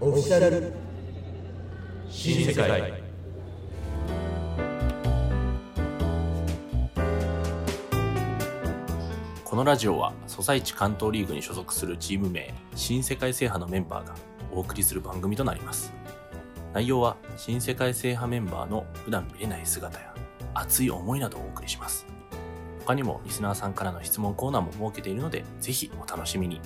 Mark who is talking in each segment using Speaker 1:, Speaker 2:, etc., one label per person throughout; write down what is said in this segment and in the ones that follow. Speaker 1: オフィシャル
Speaker 2: 新世界このラジオはソサイチ関東リーグに所属するチーム名新世界制覇のメンバーがお送りする番組となります内容は新世界制覇メンバーの普段見れない姿や熱い思いなどをお送りします他にもリスナーさんからの質問コーナーも設けているのでぜひお楽しみに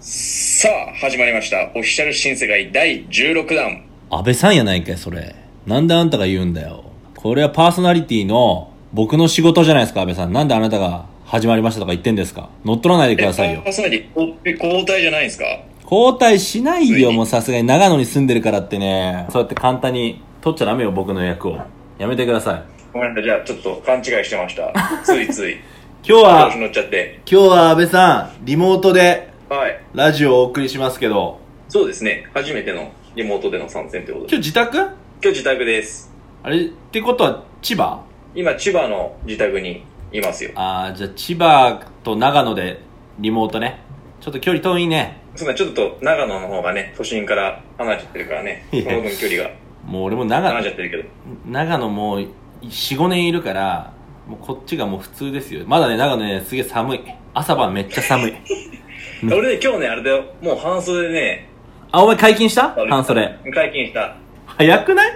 Speaker 3: さあ始まりましたオフィシャル新世界第16弾
Speaker 4: 安倍さんやないかい、それ。なんであんたが言うんだよ。これはパーソナリティの僕の仕事じゃないですか、安倍さん。なんであなたが始まりましたとか言ってんですか。乗っ取らないでくださいよ
Speaker 3: えパー。ソナリティえ交代じゃないんですか
Speaker 4: 交代しない
Speaker 3: つい
Speaker 4: よ、
Speaker 3: に
Speaker 4: もうさすがに。長野に住んでるからってね。そうやって簡単に取っちゃダメよ、僕の役を。やめてください。
Speaker 3: ごめんなさいじゃあちょっと勘違いしてました ついつい
Speaker 4: 今日
Speaker 3: 調
Speaker 4: は
Speaker 3: 子、乗っちゃって
Speaker 4: 今日は安倍さん、リモートで
Speaker 3: はい
Speaker 4: ラジオをお送りしますけど。
Speaker 3: そうですね初めてのリモートでの参戦ってことで
Speaker 4: 今日自宅
Speaker 3: 今日自宅です
Speaker 4: あれってことは千葉
Speaker 3: 今千葉の自宅にいますよ
Speaker 4: ああ、じゃあ千葉と長野でリモートね。ちょっと距離遠いね。
Speaker 3: そんなちょっと長野の方がね都心から離れちゃってるからね
Speaker 4: い
Speaker 3: そ
Speaker 4: や
Speaker 3: の分距離が
Speaker 4: もう俺も
Speaker 3: 離
Speaker 4: 長
Speaker 3: れち
Speaker 4: 野
Speaker 3: ゃってるけど
Speaker 4: 長野もう45年いるからもうこっちがもう普通ですよまだね長野ねすげえ寒い朝晩めっちゃ寒いうん
Speaker 3: 俺ね今日ねあれだよもう半袖でね
Speaker 4: あお前解禁した
Speaker 3: あれ
Speaker 4: 半袖
Speaker 3: 解禁した
Speaker 4: 早くない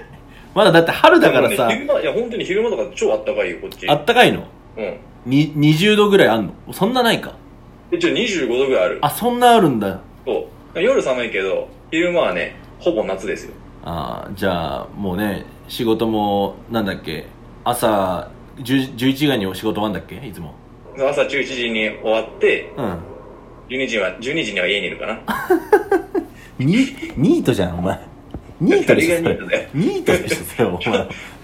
Speaker 4: まだだって春だから
Speaker 3: で
Speaker 4: さ
Speaker 3: もね昼間いや本当に昼間とか超あったかいよこっち
Speaker 4: あったかいの
Speaker 3: うん
Speaker 4: に20度ぐらいあんのそんなないか
Speaker 3: 一応25度ぐらいある
Speaker 4: あそんなあるんだ
Speaker 3: そう夜寒いけど昼間はねほぼ夏ですよ
Speaker 4: あーじゃあもうね仕事もなんだっけ朝10 11時ぐらいにお仕事終わんだっけいつも
Speaker 3: 朝11時に終わって
Speaker 4: うん
Speaker 3: 12時は12時には家にいるかな
Speaker 4: ニニートじゃんお前ニートでしょそれ
Speaker 3: それがニートだよ
Speaker 4: ニートでしょそれお前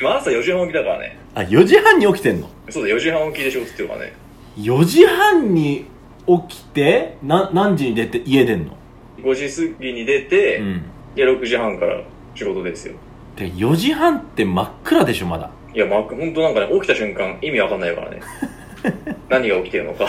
Speaker 3: まあ朝4時半起きだからね
Speaker 4: あ、4時半に起きてんの
Speaker 3: そうだ4時半起きでしょっていうからね
Speaker 4: ?4 時半に起きて、な、何時に出て、家出んの
Speaker 3: 5時過ぎに出て、
Speaker 4: ん。
Speaker 3: で6時半から仕事ですよ
Speaker 4: で、4時半って真っ暗でしょ、まだ。
Speaker 3: いやまあほんとなんかね起きた瞬間意味わかんない からね何が起きてるのか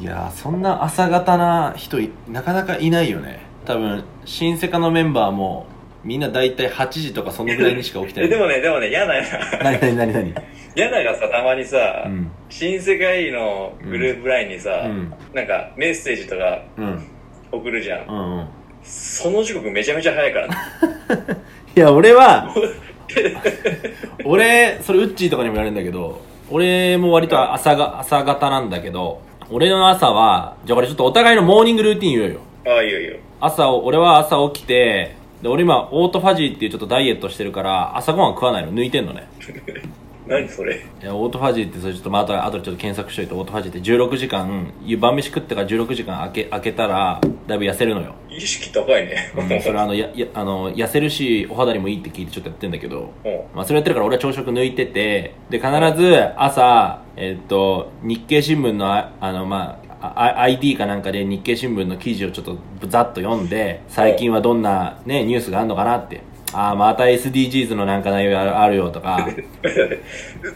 Speaker 4: いやー、そんな朝方な人い、なかなかいないよね。多分、新世界のメンバーも、みんな大体8時とかそのぐらいにしか起きて
Speaker 3: え
Speaker 4: ない。
Speaker 3: でもねでもね嫌な
Speaker 4: なになになになに
Speaker 3: 嫌ながさたまにさ、
Speaker 4: うん。
Speaker 3: 新世界のグループラインにさ、
Speaker 4: うん。
Speaker 3: なんかメッセージとか
Speaker 4: うん。
Speaker 3: 送るじゃん
Speaker 4: う、んうん。
Speaker 3: その時刻めちゃめちゃ早いからね
Speaker 4: いや、俺 は、俺、それ、ウッチーとかにも言われるんだけど、俺も割と朝が、朝方なんだけど、俺の朝は、じゃあこれちょっとお互いのモーニングルーティン言おうよ。
Speaker 3: ああいいよいいよ
Speaker 4: 朝を、俺は朝起きて、で、俺今、オートファジーっていうちょっとダイエットしてるから、朝ごはん食わないの、抜いてんのね。
Speaker 3: 何それ
Speaker 4: いやオートファジーってそれちょっとまた後でちょっと検索しといてオートファジーって16時間夕晩飯食ってから16時間開け開けたらだいぶ痩せるのよ、
Speaker 3: 意識高いね、
Speaker 4: うんそれあのややあの痩せるしお肌にもいいって聞いてちょっとやってんだけど
Speaker 3: も
Speaker 4: まあ、それやってるから俺は朝食抜いててで必ず朝、えっと日経新聞のああの、まあ、あ ID かなんかで日経新聞の記事をちょっとざっと読んで最近はどんな、ね、ニュースがあるのかなってああまた SDGs のなんか内容あるよとか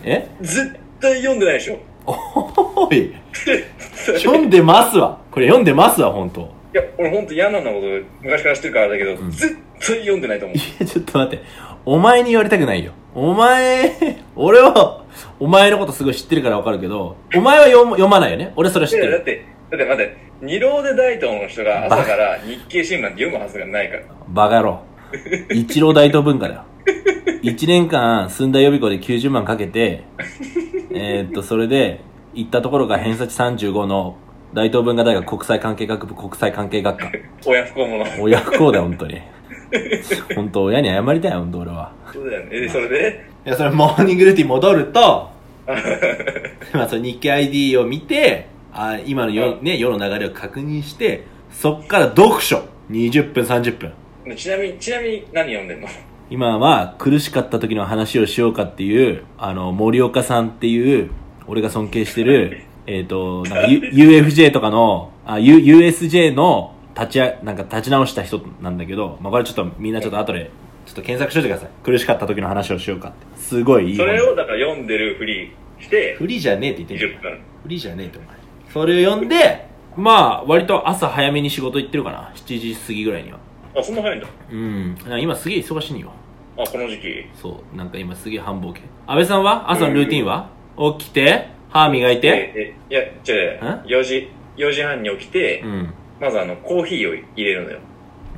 Speaker 4: え
Speaker 3: う絶対読んでないでしょ
Speaker 4: お い読んでますわこれ読んでますわ本当
Speaker 3: いや俺ほんと嫌なのこと昔から知ってるからだけど、絶対読んでないと思う
Speaker 4: いや ちょっと待ってお前に言われたくないよお前俺はお前のことすごい知ってるからわかるけどお前は読む読まないよね俺それは知っ
Speaker 3: い
Speaker 4: て
Speaker 3: やだっ
Speaker 4: る
Speaker 3: てだって待って二浪で大東の人が朝から日経新聞なんて読むはずがないから
Speaker 4: バカ野郎。一郎大東文化だよ。一年間、寸大予備校で90万かけて、えーっと、それで、行ったところが偏差値35の大東文化大学国際関係学部国際関係学科。
Speaker 3: 親不孝者
Speaker 4: 親不幸だよ、本当に。本当親に謝りたいよ、本当俺は。
Speaker 3: そうだよねえでそれで
Speaker 4: いや、それモーニングルーティン戻ると、まあ、その日経 ID を見て、あ今の世,、ね、世の流れを確認して、そっから読書。20分、30分。
Speaker 3: ちなみにちなみに何読んでんの
Speaker 4: 今は苦しかった時の話をしようかっていう、あの、森岡さんっていう、俺が尊敬してる、えっ、と、なんか、U、UFJ とかの、あ、U、USJ の立ちあ、なんか立ち直した人なんだけど、まあ、これちょっとみんなちょっと後で、ちょっと検索しといてください。苦しかった時の話をしようかって。すごいいい
Speaker 3: そ
Speaker 4: 本。
Speaker 3: れをだから読んでるふりして
Speaker 4: フリじゃねえって言ってんじゃん
Speaker 3: 20分
Speaker 4: フリじゃねえってお前。それを読んで、まあ、割と朝早めに仕事行ってるかな。7時過ぎぐらいには。
Speaker 3: あ、そんな早いんだ。
Speaker 4: うんなんか今すげえ忙しいのよ
Speaker 3: あ、この時期。
Speaker 4: そうなんか今すげえ繁忙期安倍さんは朝のルーティンは、起きて歯磨いて
Speaker 3: え、えいや、違
Speaker 4: ん
Speaker 3: う違う。4時、4時半に起きて、
Speaker 4: うん
Speaker 3: まずあの、コーヒーを入れるのよ。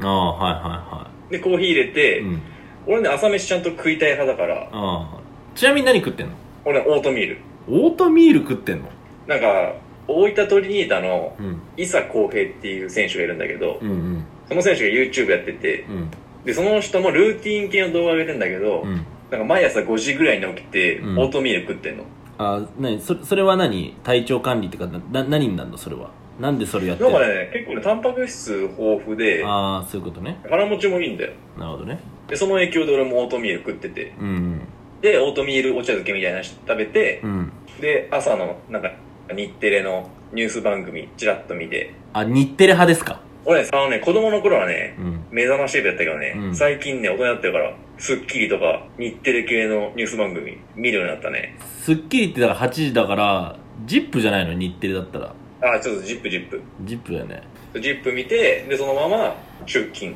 Speaker 4: ああはいは
Speaker 3: で、コーヒー入れて、
Speaker 4: いはいうん
Speaker 3: 俺ね、朝飯ちゃんと食いたい派だから、
Speaker 4: ああちなみに何食ってんの
Speaker 3: 俺ね、オートミール。
Speaker 4: オートミール食ってんの
Speaker 3: なんか、大分トリニータの、
Speaker 4: うん
Speaker 3: 伊佐浩平っていう選手がいるんだけど、
Speaker 4: うんうん
Speaker 3: その選手が YouTube やってて、
Speaker 4: うん
Speaker 3: で、その人もルーティン系の動画上げてんだけど、
Speaker 4: うん
Speaker 3: なんか毎朝5時ぐらいに起きて、オ
Speaker 4: うん
Speaker 3: ートミール食ってんの。
Speaker 4: あ何そそれは何体調管理ってかなな何になるのそれはなんでそれやって
Speaker 3: な
Speaker 4: る
Speaker 3: んかね、結構ね、タンパク質豊富で、
Speaker 4: ああそういうことね
Speaker 3: 腹持ちもいいんだよ。
Speaker 4: なるほどね
Speaker 3: で、その影響で俺もオートミール食ってて、
Speaker 4: うん
Speaker 3: で、オートミールお茶漬けみたいなの食べて、
Speaker 4: うんうん
Speaker 3: で、朝の、なんか、日テレのニュース番組、ちらっと見て、
Speaker 4: あ日テレ派ですか
Speaker 3: 俺ね、あのね、子供の頃はね
Speaker 4: う、ん
Speaker 3: 目覚ましテレビだったけどね、
Speaker 4: うん
Speaker 3: 最近ね、大人になってるから、スッキリとか、日テレ系のニュース番組、見るようになったね。
Speaker 4: 『スッキリ』ってだから8時だから『ジップじゃないの日テレだったら
Speaker 3: あ、ちょっとジップジップ。
Speaker 4: 『ジップだよね
Speaker 3: ジップ見て、で、そのまま、出勤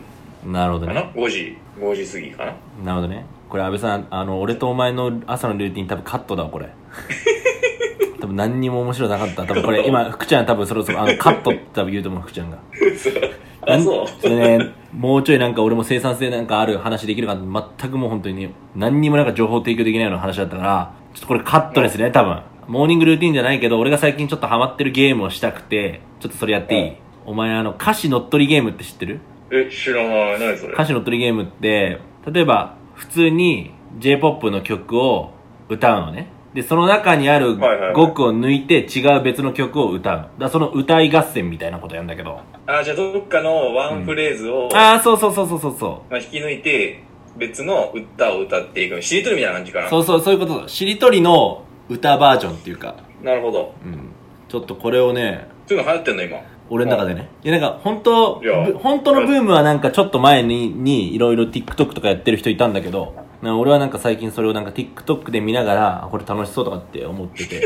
Speaker 4: なるほど
Speaker 3: か
Speaker 4: ね
Speaker 3: な ?5 時、5時過ぎかな
Speaker 4: なるほどねこれ安倍さんあの俺とお前の朝のルーティン多分カットだわこれ 多分何にも面白くなかった多分これ今福ちゃん多分そろそろあのカットって多分言うと思う福ちゃんが
Speaker 3: あ、そう。
Speaker 4: うでねもうちょいなんか俺も生産性なんかある話できるかな全くもう本当にね何にもなんか情報提供できないような話だったからちょっとこれカットですね多分モーニングルーティンじゃないけど俺が最近ちょっとハマってるゲームをしたくてちょっとそれやっていい、
Speaker 3: うん
Speaker 4: お前あの歌詞乗っ取りゲームって知ってる
Speaker 3: え、知らない。何それ
Speaker 4: 歌詞の取りゲームって例えば普通に j p o p の曲を歌うのねでその中にある
Speaker 3: はいはいはい
Speaker 4: 語句を抜いて違う別の曲を歌うだからその歌い合戦みたいなことやるんだけど
Speaker 3: あ、じゃあどっかのワンフレーズを、
Speaker 4: ああそうそうそうそうそうそ
Speaker 3: まあ、引き抜いて、別の歌を歌っていく。しりとりみたいな感じか
Speaker 4: う
Speaker 3: な。
Speaker 4: そうそうそういうことしりとりの歌バージョンっていうか、
Speaker 3: なるほど。
Speaker 4: うん、ちょっとこれをね
Speaker 3: そういうの流行ってんの、今。
Speaker 4: 俺の中でね。いや、なんか、本当
Speaker 3: いや
Speaker 4: ぶ本当のブームはなんかちょっと前に、に、いろいろ TikTok とかやってる人いたんだけど、なんか俺はなんか最近それをなんか TikTok で見ながら、あこれ楽しそうとかって思っ てて、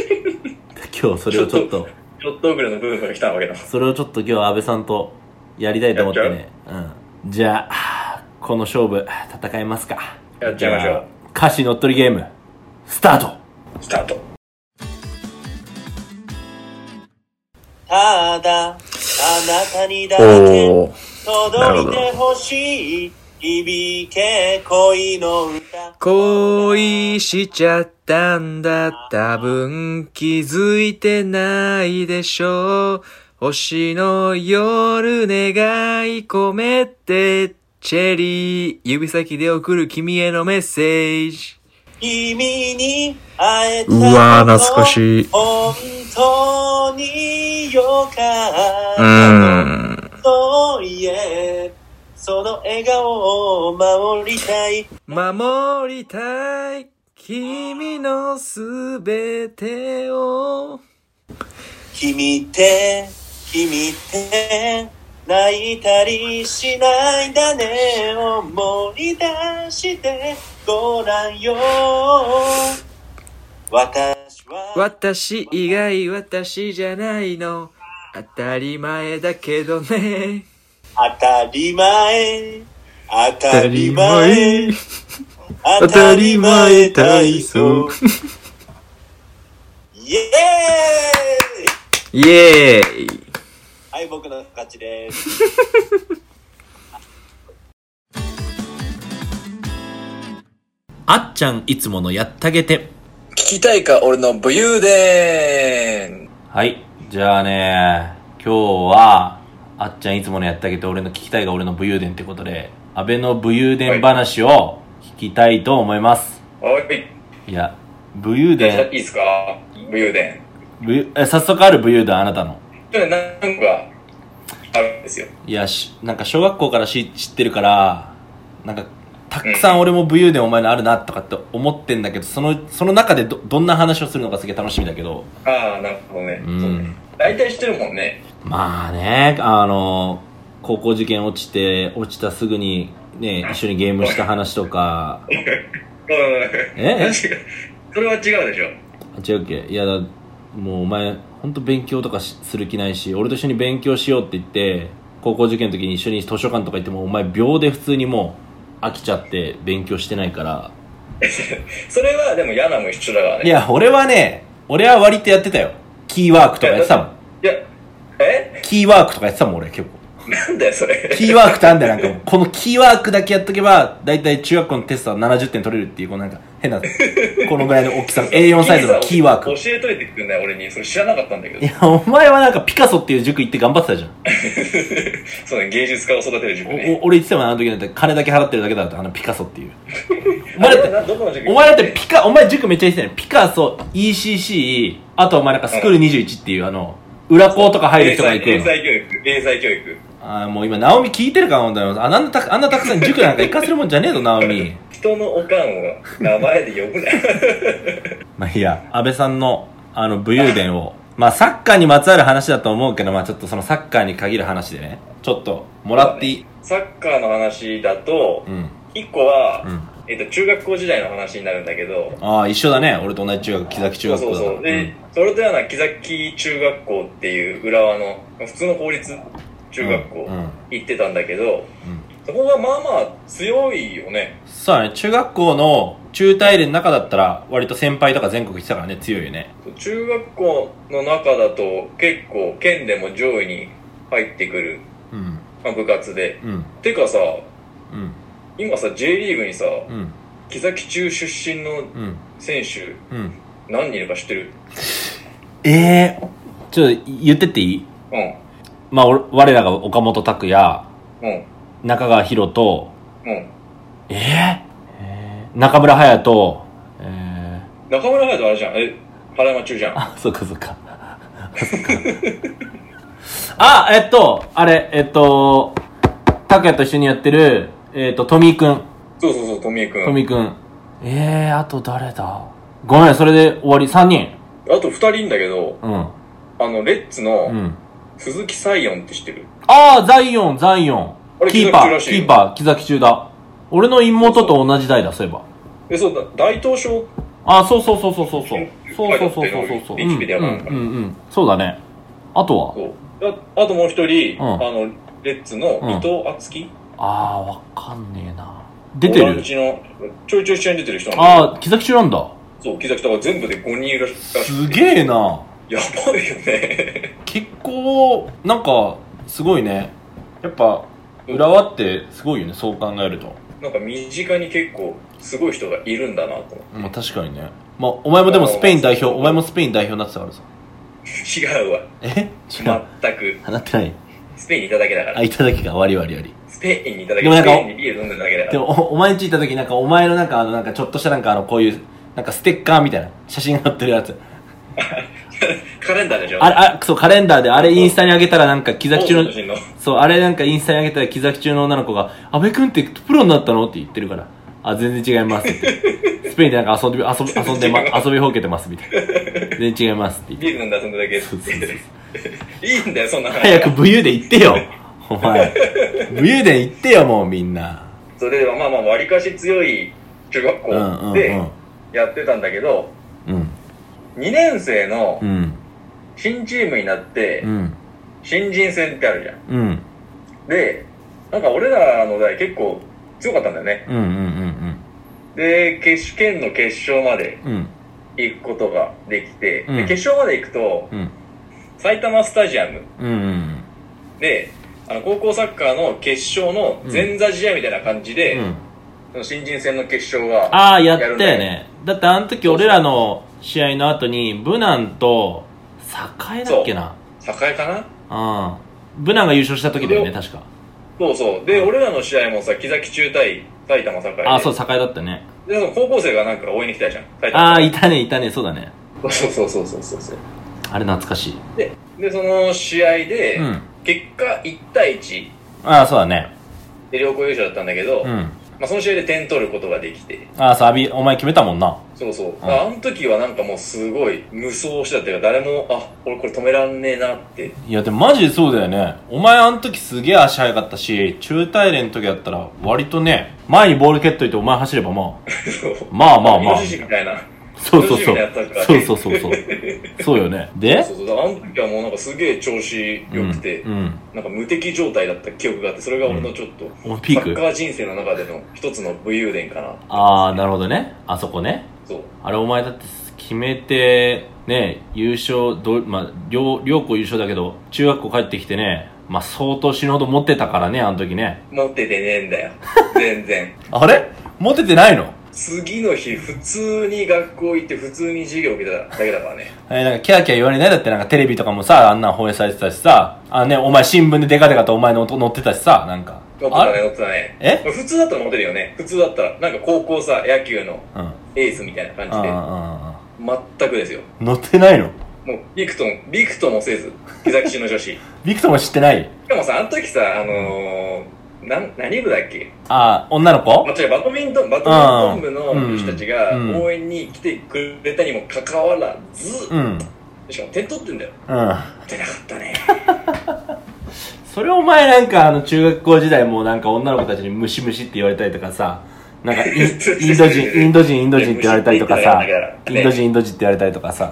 Speaker 4: 今日それをちょっと、
Speaker 3: ちょっと遅れの部分が来たわけだ。
Speaker 4: それをちょっと今日安倍さんとやりたいと思ってね。うん。じゃあ、この勝負、戦いますか。
Speaker 3: やっちゃいましょう
Speaker 4: じゃあ。歌詞乗っ取りゲーム、スタート
Speaker 3: スタート。
Speaker 1: ただ、あなたにだけ
Speaker 5: お
Speaker 1: 届いてほしい。響け恋の歌。
Speaker 5: 恋しちゃったんだ。多分気づいてないでしょう。星の夜願い込めて、チェリー、指先で送る君へのメッセージ。
Speaker 1: 君に会えた
Speaker 5: うわー懐か
Speaker 1: い。
Speaker 5: しい。
Speaker 1: 本当によかった。
Speaker 5: うん。
Speaker 1: そういえ、その笑顔を守りたい。
Speaker 5: 守りたい。君のすべてを。
Speaker 1: 君って、君って、泣いたりしないんだね。思い出してごらんよ。私は、
Speaker 5: 私以外私じゃないの当たり前だけどね
Speaker 1: 当たり前、当たり前、当
Speaker 5: 当たり前体操。
Speaker 1: イエー イ
Speaker 5: イエーイ
Speaker 1: はい、僕の勝ちです。
Speaker 4: あっちゃんいつものやったげて。
Speaker 3: 聞きたいか、俺の武勇伝。
Speaker 4: はい。じゃあね、今日は、あっちゃんいつものやってあげて、俺の聞きたいが俺の武勇伝ってことで、安倍の武勇伝話を聞きたいと思います。
Speaker 3: はい。
Speaker 4: い、や、武勇
Speaker 3: じゃあい
Speaker 4: 伝、
Speaker 3: いですか武勇伝。
Speaker 4: 武勇え早速ある武勇伝、あなたの。
Speaker 3: ちょっとねなんか、あるんですよ。
Speaker 4: いや、し、なんか小学校からし知ってるから、なんか、たくさん俺も武勇伝お前のあるなとかって思ってんだけど、その、その中でど、どんな話をするのかすげえ楽しみだけど。
Speaker 3: ああ、なるほどね。
Speaker 4: うん
Speaker 3: そうね大体知ってるもんね。
Speaker 4: まあね、あの、高校受験落ちて、落ちたすぐに、ね、一緒にゲームした話とか、
Speaker 3: うん。
Speaker 4: え
Speaker 3: 違うそれは違うでしょ。
Speaker 4: 違うっけいや、だもうお前、ほんと勉強とかしする気ないし、俺と一緒に勉強しようって言って、高校受験の時に一緒に図書館とか行ってもお前秒で普通にもう飽きちゃって勉強してないから
Speaker 3: それはでも嫌なも一緒だからね
Speaker 4: いや俺はね俺は割とやってたよキーワークとかやってたもん
Speaker 3: いやえ
Speaker 4: キーワークとかやってたもん俺結構
Speaker 3: なんだよそれ
Speaker 4: キーワークってあんだよなんかもうこのキーワークだけやっとけば大体中学校のテストは70点取れるっていうこのなんか変なこのぐらいの大きさの A4 サイズのキーワーク
Speaker 3: 教えといてくんない俺にそれ知らなかったんだけ
Speaker 4: い
Speaker 3: ど
Speaker 4: やお前はなんかピカソっていう塾行って頑張ってたじゃん
Speaker 3: そうね芸術家を育てる塾
Speaker 4: お
Speaker 3: ね
Speaker 4: お俺言ってたもんあの時なんて金だけ払ってるだけだってあのピカソっていうお
Speaker 3: あ
Speaker 4: 前
Speaker 3: れ
Speaker 4: だって
Speaker 3: などこの塾
Speaker 4: お前だってピカお前塾めっちゃ行ってたよピカソ ECC あとお前なんかスクール21っていうあの裏校とか入る人が行く
Speaker 3: 英
Speaker 4: よ
Speaker 3: 才教育英才教育
Speaker 4: あーもう今直美聞いてるから本当にあなんなたあんなたくさん塾なんか行かせるもんじゃねえぞ直美
Speaker 3: 人のおかんを名前で呼ぶな
Speaker 4: まあいいや、安倍さんの、あの、武勇伝を、まあサッカーにまつわる話だと思うけど、まあちょっとそのサッカーに限る話でね、ちょっと、もらっていい
Speaker 3: サッカーの話だと
Speaker 4: う、ん。
Speaker 3: 一個は、
Speaker 4: うん。
Speaker 3: えっと、中学校時代の話になるんだけど、
Speaker 4: ああ、一緒だね。俺と同じ中学、木崎中学校だ
Speaker 3: そうそうそう。で、それとやな、木崎中学校っていう浦和の、普通の公立中学校
Speaker 4: うん。うん。うん
Speaker 3: 行ってたんだけど、そこがまあまあ強いよね。
Speaker 4: そうだね、中学校の中大連の中だったら、割と先輩とか全国行ってたからね、強いよね。
Speaker 3: 中学校の中だと結構県でも上位に入ってくる、
Speaker 4: うん。
Speaker 3: まあ、部活で。
Speaker 4: うん。
Speaker 3: てかさ、
Speaker 4: うん。
Speaker 3: 今さ、J リーグにさ、
Speaker 4: うん。
Speaker 3: 木崎中出身の
Speaker 4: うん。
Speaker 3: 選手
Speaker 4: うん。
Speaker 3: 何人いるか知ってる
Speaker 4: ええー、ちょっと言ってっていい
Speaker 3: うん。
Speaker 4: まあ、俺我らが岡本拓也、
Speaker 3: うん。
Speaker 4: 中川博と、
Speaker 3: うん。
Speaker 4: えーえー中村隼人、え
Speaker 3: 中村隼人あれじゃん。え、原山中じゃん。
Speaker 4: ー、 そっかそっか。そっかあ、えっと、あれ、えっと、拓也と一緒にやってる、えっと、富井くん。
Speaker 3: そうそうそう、富江くん。
Speaker 4: 富井くん。えー、あと誰だごめん、それで終わり。3人。
Speaker 3: あと二人いんだけど、
Speaker 4: うん。
Speaker 3: あの、レッツの
Speaker 4: うん。
Speaker 3: 鈴木彩艶って知ってる、
Speaker 4: あー、ザイオン、ザイオン
Speaker 3: あ。れ
Speaker 4: キー
Speaker 3: 木
Speaker 4: パ
Speaker 3: 崎中ら
Speaker 4: ー、
Speaker 3: し
Speaker 4: キ
Speaker 3: いよ
Speaker 4: ーパー、木崎中だ。俺の妹と同じ代だ、そういえば。
Speaker 3: え、そうだ、大東証
Speaker 4: あ、そうそうそうそうそうそう。そうそうそうそうそう。
Speaker 3: リンチペディア
Speaker 4: うん
Speaker 3: かなんん
Speaker 4: う
Speaker 3: か
Speaker 4: うんうん。そうだね。あとは
Speaker 3: と、ああともう一人、
Speaker 4: うん
Speaker 3: あの、レッツの伊藤敦樹、
Speaker 4: あー、わかんねえな。出て
Speaker 3: う
Speaker 4: る
Speaker 3: ちの、ちょいちょい試合に出てる人なんだ
Speaker 4: あー、木崎中なんだ。
Speaker 3: けどそう、木崎とか全部で5人いるらし
Speaker 4: すげえな。
Speaker 3: やばいよね。
Speaker 4: 結構、なんか、すごいね。やっぱ、浦和ってすごいよね、そう考えると。
Speaker 3: なんか身近に結構すごい人がいるんだなと思っ
Speaker 4: まあ確かにね。まあ、お前もでもスペイン代表、お前もスペイン代表になってたからさ。
Speaker 3: て。違うわ。
Speaker 4: え違う。
Speaker 3: 全く。
Speaker 4: なってない。
Speaker 3: スペインにいただけだから
Speaker 4: あ、。いただけが、割り割り割り。
Speaker 3: スペインにいただ
Speaker 4: で
Speaker 3: け
Speaker 4: もな
Speaker 3: ス
Speaker 4: んか
Speaker 3: ペインにビール飲んでるだけだか
Speaker 4: で
Speaker 3: ら。
Speaker 4: も、おお前んち行った時、なんかお前のなんか、あの、なんかちょっとしたなんか、あの、こういう、なんかステッカーみたいな写真貼ってるやつ。
Speaker 3: カレンダーでしょ
Speaker 4: あれ、あ、そう、カレンダーで、あれインスタに上げたらなんか、木
Speaker 3: 大
Speaker 4: 崎中の、
Speaker 3: の。
Speaker 4: そう、あれなんかインスタに上げたら木崎中の女の子が、安倍くんってプロになったのって言ってるから、あ、全然違いますって言って。スペインでなんか遊び、遊び、遊んで、ま、遊びほうけてますみたいな。全然違いますって言って。
Speaker 3: ビール飲んで遊んだだけ
Speaker 4: そうそうそう
Speaker 3: いいんだよ、そんな話。
Speaker 4: 早く武勇伝行ってよお前。武勇伝行ってよ、もうみんな。
Speaker 3: それではまあまあ、割かし強い中学
Speaker 4: うんうん
Speaker 3: 校
Speaker 4: う
Speaker 3: で
Speaker 4: ん。
Speaker 3: やってたんだけど、
Speaker 4: うん。
Speaker 3: 2年生の
Speaker 4: うん。
Speaker 3: 新チームになって
Speaker 4: う、ん。
Speaker 3: 新人戦ってあるじゃん。
Speaker 4: うん。
Speaker 3: で、なんか俺らの代結構強かったんだよね。
Speaker 4: うんうんうん
Speaker 3: で、決県の決勝まで
Speaker 4: うん。うん。
Speaker 3: 行くことができて、
Speaker 4: う
Speaker 3: で
Speaker 4: ん
Speaker 3: 決勝まで行くと、
Speaker 4: うん。
Speaker 3: 埼玉スタジアム
Speaker 4: うんうん。
Speaker 3: で、あの高校サッカーの決勝の前座試合みたいな感じで、
Speaker 4: うん。
Speaker 3: その新人戦の決勝が、
Speaker 4: ああやったよねだってあの時俺らの試合の後にブナンと栄だっけな
Speaker 3: 栄かな
Speaker 4: うんブナンが優勝した時だよね確か
Speaker 3: そうそう。で、俺らの試合もさ、木崎中対埼玉栄で。
Speaker 4: ああそう栄だったね
Speaker 3: で、その高校生がなんか応援に来たじゃん。埼玉
Speaker 4: ああいたねいたねそうだね
Speaker 3: そうそうそうそうそうそう。
Speaker 4: あれ懐かしい
Speaker 3: で、その試合で、
Speaker 4: うん
Speaker 3: 結果1対1
Speaker 4: ああそうだね
Speaker 3: で両校優勝だったんだけど、
Speaker 4: う
Speaker 3: ま
Speaker 4: ん
Speaker 3: あ、その試合で点取ることができて、
Speaker 4: ああそうアビお前決めたもんな
Speaker 3: そうそう。ああの時はなんかもうすごい無双してたっていうか、誰も、あ、俺これ止めらんねえなって。
Speaker 4: いやでもマジでそうだよねお前あの時すげえ足速かったし中大連の時だったら割とね前にボール蹴っといてお前走ればまあ
Speaker 3: そう
Speaker 4: まあまあまあ
Speaker 3: イノシシみたいな。
Speaker 4: そうそうそう
Speaker 3: 楽しみだったから。
Speaker 4: そうそうそうそう。そうよね。で
Speaker 3: そうそうだからあの時はもうなんかすげえ調子良くて、
Speaker 4: うん。うん
Speaker 3: なんか無敵状態だった記憶があって、それが俺のちょっと、
Speaker 4: おピー
Speaker 3: サッカ
Speaker 4: ク
Speaker 3: ー人生の中での一つの武勇伝かな。
Speaker 4: ああ、なるほどね。あそこね。
Speaker 3: そう。
Speaker 4: あれお前だって決めて、ね、優勝、どまあ、両、両校優勝だけど、中学校帰ってきてね、まあ相当死ぬほど持ってたからね、あの時ね。
Speaker 3: 持っててねえんだよ。全 然。
Speaker 4: あれ持っててないの
Speaker 3: 次の日、普通に学校行って、普通に授業受けただけだからね。
Speaker 4: えーなんかキャーキャー言われないだってなんかテレビとかもさ、あんなん放映されてたしさ、あのね、お前新聞でデカデカとお前の音載ってたしさ、なんか。
Speaker 3: 乗って
Speaker 4: あ
Speaker 3: たね、
Speaker 4: れ
Speaker 3: 乗ってたね。
Speaker 4: え
Speaker 3: まあ普通だったらモテるよね。普通だったら。なんか高校さ、野球の
Speaker 4: うん。うん
Speaker 3: エースみたいな
Speaker 4: うん
Speaker 3: 感
Speaker 4: うんうん。
Speaker 3: じで。全くですよ。
Speaker 4: 乗ってないの
Speaker 3: もう、ビクとも、ビクともせず、木崎市の 女子。し
Speaker 4: ビクトも知ってない
Speaker 3: かもさ、あの時さ、あのー、なん、何部だっけ
Speaker 4: ああ、女の子
Speaker 3: まあ、違う、バドミントン、バドミントン部
Speaker 4: う
Speaker 3: の
Speaker 4: ん
Speaker 3: 女子たちが
Speaker 4: うん
Speaker 3: 応援に来てくれたにもかかわらず、
Speaker 4: うん。
Speaker 3: しかも点取ってんだよ。
Speaker 4: うん。
Speaker 3: 出なかった ね。
Speaker 4: それお前なんかあの中学校時代もなんか女の子たちにムシムシって言われたりとかさ、なんかインインド人、インド人、インド人って言われたりとかさ
Speaker 3: いや、虫って言ってたよ
Speaker 4: インド人、インド人って言われたりとかさ、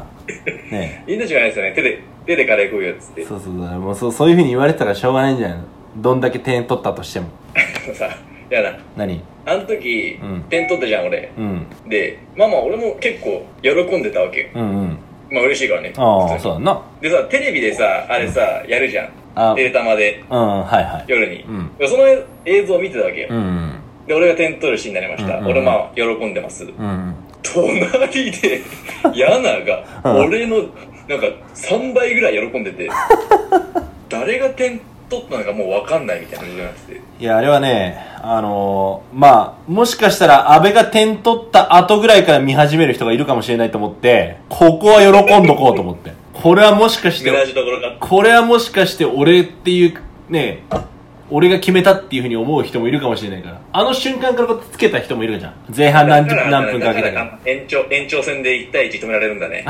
Speaker 4: ね
Speaker 3: インド人はあれですよね。手で、手でカレー食うよっつって。
Speaker 4: そうそうそう、もうそうそういう風に言われてたからしょうがないんじゃないのどんだけ点取ったとしても。
Speaker 3: さ、いやな、
Speaker 4: 何
Speaker 3: あの時、
Speaker 4: うん
Speaker 3: 点取ったじゃん、俺。
Speaker 4: うん。
Speaker 3: で、まあまあ俺も結構喜んでたわけよ。
Speaker 4: うんうん。
Speaker 3: まあ嬉しいからね。
Speaker 4: ああ、
Speaker 3: 普通
Speaker 4: そう
Speaker 3: に
Speaker 4: だな。
Speaker 3: でさ、テレビでさ、あれさ、やるじゃん。
Speaker 4: あ
Speaker 3: データまで、
Speaker 4: うん、はいはい。
Speaker 3: 夜に
Speaker 4: う。ん。
Speaker 3: でその映映像を見てたわけよ。
Speaker 4: うん。
Speaker 3: で、俺が点取るシーンになりました。
Speaker 4: うんうん
Speaker 3: 俺まあ、喜んでます。
Speaker 4: うん。
Speaker 3: 隣 で、ヤナが、
Speaker 4: うん
Speaker 3: 俺の、なんか、3倍ぐらい喜んで て、誰が点取ったのかもうわかんないみたいな感じになってて。
Speaker 4: いや、あれはね、あのーまあ、もしかしたら安倍が点取った後ぐらいから見始める人がいるかもしれないと思って、ここは喜んどこうと思って。これはもしかし
Speaker 3: 目立
Speaker 4: て、
Speaker 3: ちどころか。
Speaker 4: これはもしかして俺っていう、ね、俺が決めたっていうふうに思う人もいるかもしれないから。あの瞬間からこうやってつけた人もいるじゃん。前半何十何分かけたから。
Speaker 3: ら。延長、延長戦で1対1止められるんだね。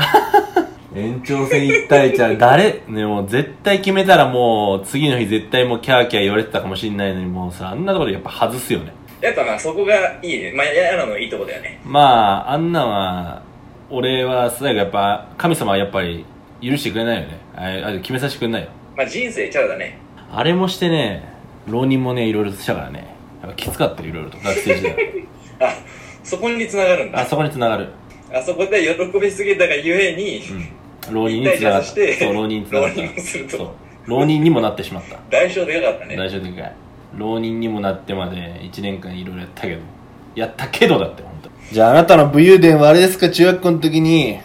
Speaker 4: 延長戦1対1は誰ねもう絶対決めたらもう次の日絶対もうキャーキャー言われてたかもしれないのにもうさあんなところでやっぱ外すよね
Speaker 3: やっぱな、そこがいいね。まあ、やらのいいとこだよね。
Speaker 4: まああんなんは俺は最後やっぱ神様はやっぱり許してくれないよねあれあれ決めさせてくれないよ
Speaker 3: まあ、人生チャラだね。
Speaker 4: あれもしてね浪人もねいろいろしたからねやっぱきつかったよいろいろと学生時代は
Speaker 3: あ、そこに繋が るんだ。
Speaker 4: あ
Speaker 3: あそ
Speaker 4: そこに繋がる
Speaker 3: こで喜びすぎたがゆえに、
Speaker 4: うん浪人に繋がった
Speaker 3: 一体化して
Speaker 4: そう浪人に繋がった
Speaker 3: 浪人をすると
Speaker 4: そう浪人にもなってしまった
Speaker 3: 代償でよかったね。
Speaker 4: 大丈夫かい浪人にもなってまで1年間いろいろやったけどやったけどだって本当。じゃああなたの武勇伝はあれですか中学校の時に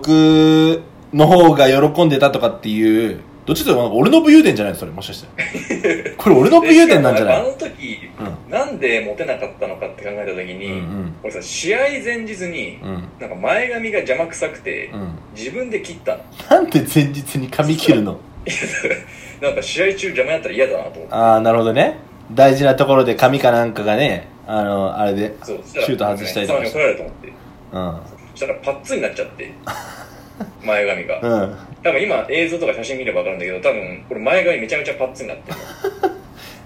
Speaker 4: 僕の方が喜んでたとかっていうどっちかというと俺の武勇伝じゃないのそれもしかしてこれ俺の武勇伝なんじゃない
Speaker 3: でしかもあの時、
Speaker 4: うん
Speaker 3: なんでモテなかったのかって考えた時
Speaker 4: うんう
Speaker 3: に、
Speaker 4: ん
Speaker 3: 俺さ、試合前日に、
Speaker 4: うん
Speaker 3: なんか前髪が邪魔くさくて、
Speaker 4: うん
Speaker 3: 自分で切ったの。
Speaker 4: なんで前日に髪切るの
Speaker 3: なんか試合中邪魔やったら嫌だなと思って。
Speaker 4: ああなるほどね大事なところで髪かなんかがねあのあれで
Speaker 3: そう、そ
Speaker 4: シュート外したりと
Speaker 3: た
Speaker 4: か
Speaker 3: まに
Speaker 4: し
Speaker 3: 怒
Speaker 4: て
Speaker 3: られると思って。
Speaker 4: うん
Speaker 3: そしたらパッツンになっちゃ って、前髪が。
Speaker 4: うん
Speaker 3: 多分今映像とか写真見れば分かるんだけど多分これ前髪めちゃめちゃパッツンになってる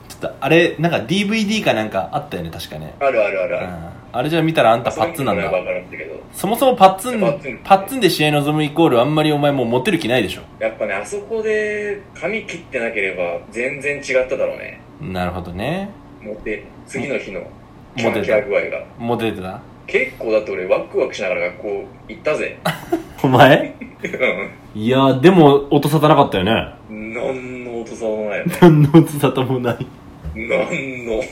Speaker 4: ちょっとあれなんか DVD かなんかあったよね確かね
Speaker 3: あるあるあるある、
Speaker 4: あれじゃ見たらあんたパッツンなん
Speaker 3: それ見てもらえば
Speaker 4: だ
Speaker 3: 分かるんだけど
Speaker 4: そもそもパッツン
Speaker 3: パッツン
Speaker 4: パッツンで試合臨むイコールあんまりお前もうモテる気ないでしょ
Speaker 3: やっぱねあそこで髪切ってなければ全然違っただろうね
Speaker 4: なるほどね
Speaker 3: モテ次の日のキ
Speaker 4: モ
Speaker 3: ャ
Speaker 4: テ
Speaker 3: ン
Speaker 4: た
Speaker 3: キャー具合が
Speaker 4: モテてた
Speaker 3: 結構だって俺ワクワクしながら学校行ったぜ
Speaker 4: お前
Speaker 3: う
Speaker 4: いやでも音沙汰なかったよね
Speaker 3: ん何の音さもないよね
Speaker 4: 何の音沙汰もない
Speaker 3: 何の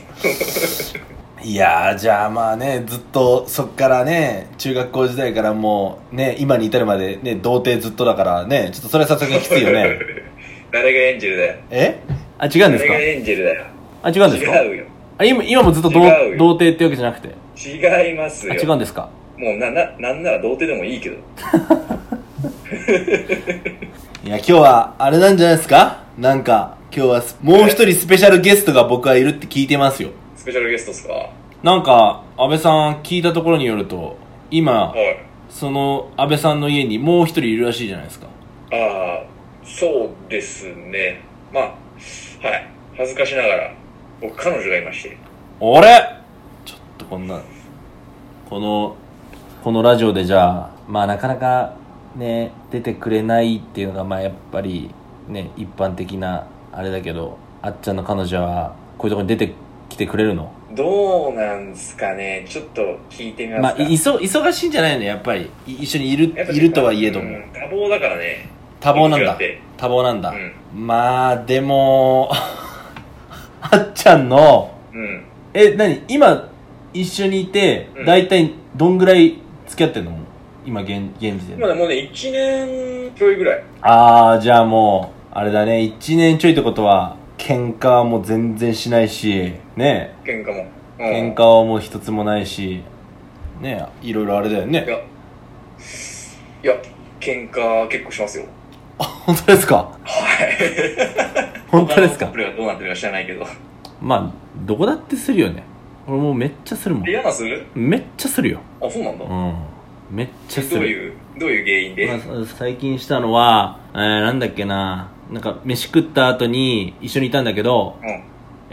Speaker 4: いやーじゃあまあねずっとそっからね中学校時代からもうね今に至るまでね童貞ずっとだからねちょっとそれはさすがにきついよ ね
Speaker 3: 誰がエンジェルだよ
Speaker 4: えあ違うんで
Speaker 3: 誰
Speaker 4: すか
Speaker 3: がエンジェルだよ
Speaker 4: あ違うんですか
Speaker 3: 違うよ
Speaker 4: あ今今もずっと童
Speaker 3: 違うよ
Speaker 4: 童貞ってわけじゃなくて
Speaker 3: 違います
Speaker 4: あ
Speaker 3: よ
Speaker 4: 違うんですか
Speaker 3: もうなななんなら童貞でもいいけど
Speaker 4: いや、今日は、あれなんじゃないですかなんか、今日はス、もう一人スペシャルゲストが僕はいるって聞いてますよ。
Speaker 3: スペシャルゲストっすかは
Speaker 4: なんか、安倍さん聞いたところによると、今、
Speaker 3: い
Speaker 4: その安倍さんの家にもう一人いるらしいじゃないですか。
Speaker 3: ああ、そうですね。まあ、はい。恥ずかしながら、僕、彼女がいまして。
Speaker 4: あれちょっとこんな、この、このラジオでじゃあ、まあなかなかね出てくれないっていうのがまあやっぱりね一般的なあれだけどあっちゃんの彼女はこういうところに出てきてくれるの
Speaker 3: どうなんすかねちょっと聞いてみ
Speaker 4: ま
Speaker 3: ます
Speaker 4: あ
Speaker 3: か。
Speaker 4: い忙忙しいんじゃないのやっぱりい一緒にいる
Speaker 3: やっぱ
Speaker 4: いるとはいえど
Speaker 3: う
Speaker 4: も
Speaker 3: ん多忙だからね。
Speaker 4: 多忙な
Speaker 3: いく
Speaker 4: ん
Speaker 3: ら
Speaker 4: だ
Speaker 3: って
Speaker 4: 多忙なん
Speaker 3: う
Speaker 4: だ、
Speaker 3: ん。
Speaker 4: まあでも あっちゃんの
Speaker 3: うん。
Speaker 4: え何今一緒にいて
Speaker 3: うん
Speaker 4: 大体どんぐらい付き合ってんの今現現時点
Speaker 3: まあ
Speaker 4: で
Speaker 3: ね、もうね、1年ちょいぐらい。
Speaker 4: ああじゃあもうあれだね1年ちょいってことは喧嘩はもう全然しないしね
Speaker 3: 喧嘩も。うん
Speaker 4: 喧嘩はもう一つもないしねいろいろあれだよ
Speaker 3: い
Speaker 4: ね
Speaker 3: や、いや、喧嘩結構しますよ。
Speaker 4: 本当ですか
Speaker 3: はい。
Speaker 4: 本当です
Speaker 3: 他のカッ
Speaker 4: か
Speaker 3: プルがどうなってるか知らないけど。
Speaker 4: まあどこだってするよね俺もうめっちゃするもん
Speaker 3: え、嫌なんする
Speaker 4: めっちゃするよ
Speaker 3: あ、そうなんだ。
Speaker 4: うんめっちゃす
Speaker 3: ど
Speaker 4: る
Speaker 3: ういう、どういう原因で。
Speaker 4: まあ、最近したのは、えー、なんだっけななんか飯食った後に一緒にいたんだけど
Speaker 3: うん。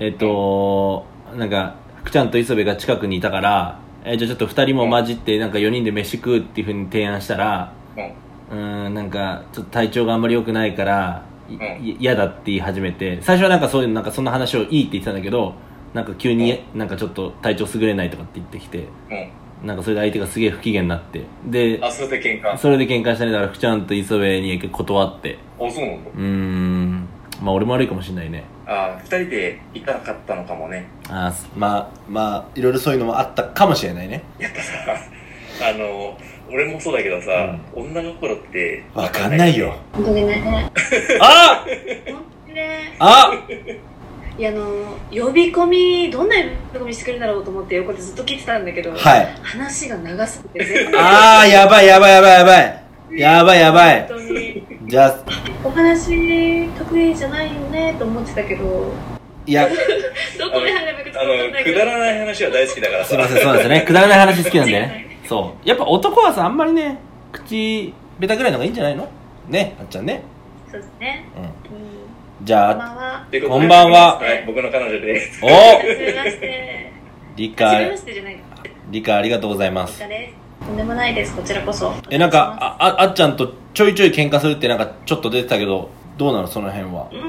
Speaker 4: えっ、となんか福ちゃんと磯部が近くにいたから、えーじゃあちょっと2人も混じってなんか4人で飯食うっていうふうに提案したら
Speaker 3: うん。
Speaker 4: うーんなんかちょっと体調があんまり良くないからい
Speaker 3: うん
Speaker 4: い嫌、だって言い始めて最初はなんかそういうなんかそんな話をいいって言ってたんだけどなんか急に、なんかちょっと体調優れないとかって言ってきて
Speaker 3: う
Speaker 4: なんかそれで相手がすげえ不機嫌になってで
Speaker 3: ん。あ、それで喧嘩。あ、
Speaker 4: それで喧嘩したねだから福ちゃんと磯部に断って
Speaker 3: そうなんだ
Speaker 4: う。ーんまあ俺も悪いかもしれないね
Speaker 3: あ、二人で行かなかったのかもね。
Speaker 4: あーすまあまあいろいろそういうのもあったかもしれないね
Speaker 3: やっぱさ、あの、俺もそうだけどさ、女心って。
Speaker 4: わかんないよ
Speaker 6: 本当にね
Speaker 4: あ
Speaker 6: 本当にね
Speaker 4: あ
Speaker 6: いやあの呼び込みどんな呼び込みしてくれるんだろうと思って横でずっと聞いてたんだけど、
Speaker 4: はい
Speaker 6: 話が長すぎ て全然
Speaker 4: あーやばいやばいやばいやばいやばいやばい
Speaker 6: 本当に
Speaker 4: じゃあ
Speaker 6: お話得意じゃないよねと思ってたけど
Speaker 4: いや
Speaker 6: どこで始めるか
Speaker 3: あ
Speaker 6: わかんな
Speaker 3: の、
Speaker 6: い
Speaker 3: く
Speaker 6: けど
Speaker 3: だらない話は大好きだから
Speaker 4: すい
Speaker 3: さ。
Speaker 4: ませんそうなんですよねくだらない話好きなんでねそうやっぱ男はさあんまりね口ベタぐらいのがいいんじゃないのねあっちゃんね
Speaker 6: そうですね
Speaker 4: う
Speaker 6: うん
Speaker 4: んじゃ
Speaker 6: こん
Speaker 4: あ
Speaker 6: ばんは
Speaker 3: で
Speaker 4: こんばんは
Speaker 3: はい、僕の彼女です。
Speaker 4: お
Speaker 6: はじめまして
Speaker 4: 理
Speaker 6: はじめま
Speaker 4: 解
Speaker 6: してじゃないか
Speaker 4: 理解ありがとうございま
Speaker 6: お
Speaker 4: す
Speaker 6: 疲れとんでもないですこちらこそ
Speaker 4: えなんかあああっちゃんとちょいちょい喧嘩するってなんかちょっと出てたけどどうなのその辺は
Speaker 6: うー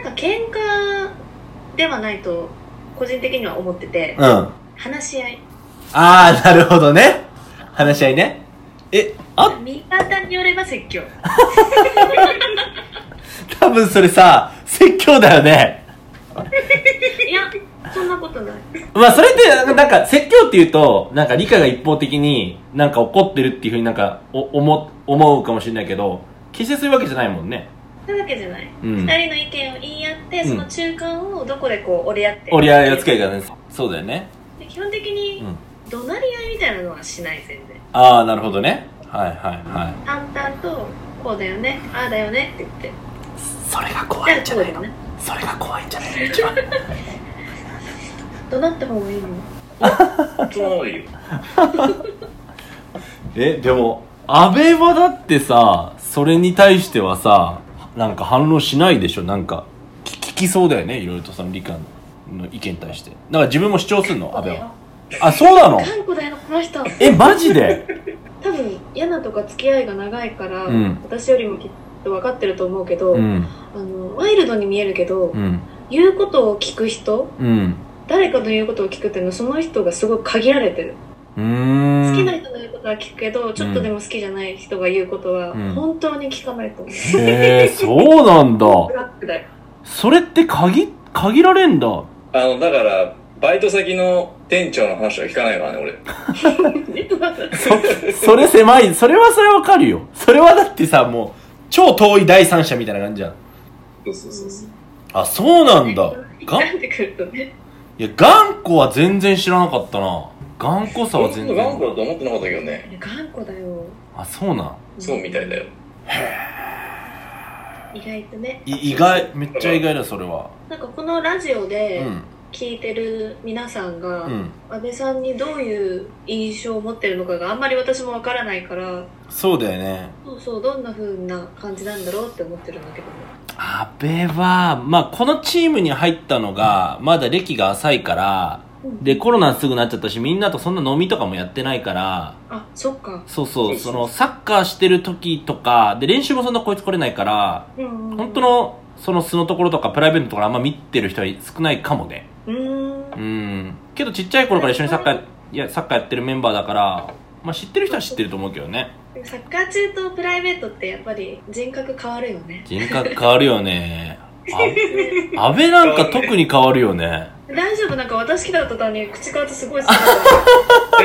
Speaker 6: んなんか喧嘩ではないと個人的には思ってて
Speaker 4: うんあ
Speaker 6: 話し合い
Speaker 4: あなるほどね話し合いねえあ
Speaker 6: 味方によれ ば説教
Speaker 4: 多分それさ説教だよね
Speaker 6: いやそんなことない
Speaker 4: まあそれってなんか説教っていうとなんか理科が一方的になんか怒ってるっていうふうになんかお思思うかもしれないけど決してそういうわけじゃないもんね
Speaker 6: そういうわけじゃない、
Speaker 4: う
Speaker 6: 二
Speaker 4: ん
Speaker 6: 人の意見を言い合ってその中間をどこでこう折り合って
Speaker 4: 折り合いをつけるからねそうだよね
Speaker 6: で基本的
Speaker 4: う
Speaker 6: に
Speaker 4: ん
Speaker 6: 怒鳴り合いみたいなのはしない全然
Speaker 4: ああなるほどねはいはいはい
Speaker 6: 淡々とこうだよねああだよねって言って
Speaker 4: それが怖
Speaker 6: じゃあこうだよね
Speaker 4: それが怖いんじゃないの一番
Speaker 6: 怒鳴った方がいいの
Speaker 3: そのままでいいよ。
Speaker 4: えでも安倍はだってさそれに対してはさなんか反論しないでしょなんか聞聞きそうだよねいろいろとその理科の意見に対してだから自分も主張するの安倍はあそうなの
Speaker 6: 頑固だよこの人
Speaker 4: えマジで
Speaker 6: 多分ヤナとか付き合いが長いから、
Speaker 4: うん
Speaker 6: 私よりもきっと分かってると思うけど、
Speaker 4: うん
Speaker 6: あのワイルドに見えるけど、
Speaker 4: うん
Speaker 6: 言うことを聞く人
Speaker 4: うん
Speaker 6: 誰かの言うことを聞くっていうのはその人がすごい限られてる、
Speaker 4: うーん
Speaker 6: 好きな人の言うことは聞くけどちょっとでも好きじゃない人が言うことは
Speaker 4: うん
Speaker 6: 本当に聞かないと思う、
Speaker 4: へえそうなんだ
Speaker 6: ブラックだよ
Speaker 4: それって限限られんだ
Speaker 3: あの、だから、バイト先の店長の話は聞かないからね、俺。
Speaker 4: それ狭いそれはそれわかるよそれはだってさもう超遠い第三者みたいな感じじゃん
Speaker 3: そうそうそうそう。
Speaker 4: あそうなんだが
Speaker 6: なんでくるとね
Speaker 4: いや、頑固は全然知らなかったな。頑固さは
Speaker 3: 俺
Speaker 4: 全
Speaker 3: も頑固だ
Speaker 4: 然。
Speaker 3: と思ってなかったけどね。
Speaker 6: 頑固だよ
Speaker 4: あ、そうなん。
Speaker 3: そうみたいだよ。
Speaker 6: 意外とね
Speaker 4: い意外、めっちゃ意外だ、それは。
Speaker 6: なんかこのラジオ
Speaker 4: う
Speaker 6: で
Speaker 4: ん。
Speaker 6: 聞いてる皆さんが、
Speaker 4: うん。
Speaker 6: 安倍さんにどういう印象を持ってるのかがあんまり私もわからないから
Speaker 4: そうだよね。
Speaker 6: そうそうどんな風な感じなんだろうって思ってるんだけど
Speaker 4: 安倍は、まあ、このチームに入ったのが、まだ歴が浅いから、
Speaker 6: うん
Speaker 4: でコロナすぐなっちゃったしみんなとそんな飲みとかもやってないから
Speaker 6: あそっか
Speaker 4: そうそ
Speaker 3: そううそ
Speaker 4: そうのサッカーしてる時とかで練習もそんなこいつ来れないから
Speaker 6: うんうん
Speaker 4: 本当のその素のところとかプライベートのところあんま見てる人は少ないかもね
Speaker 6: うーん
Speaker 4: うんけどちっちゃい頃から一緒にサッカーいやサッカーやってるメンバーだから、まあ、知ってる人は知ってると思うけどね
Speaker 6: サッカー中とプライベートってやっぱり人格変わるよね
Speaker 4: 人格変わるよねあ安倍なんか特に変わるよね
Speaker 6: 大丈夫なんか私来た途端に口数すごい好 き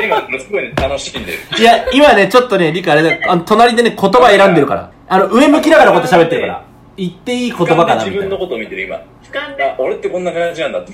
Speaker 3: で今、すごい楽しんでる。
Speaker 4: いや今ねちょっとね理科あれだあの隣でね言葉選んでるからあの上向きながらこうやって喋ってるから言っていい言葉かな
Speaker 3: 自
Speaker 4: みたい
Speaker 3: 分
Speaker 4: な
Speaker 3: のことを見てる今。
Speaker 6: 俯瞰
Speaker 3: あ
Speaker 6: で、
Speaker 3: 俺ってこんな感じなんだって。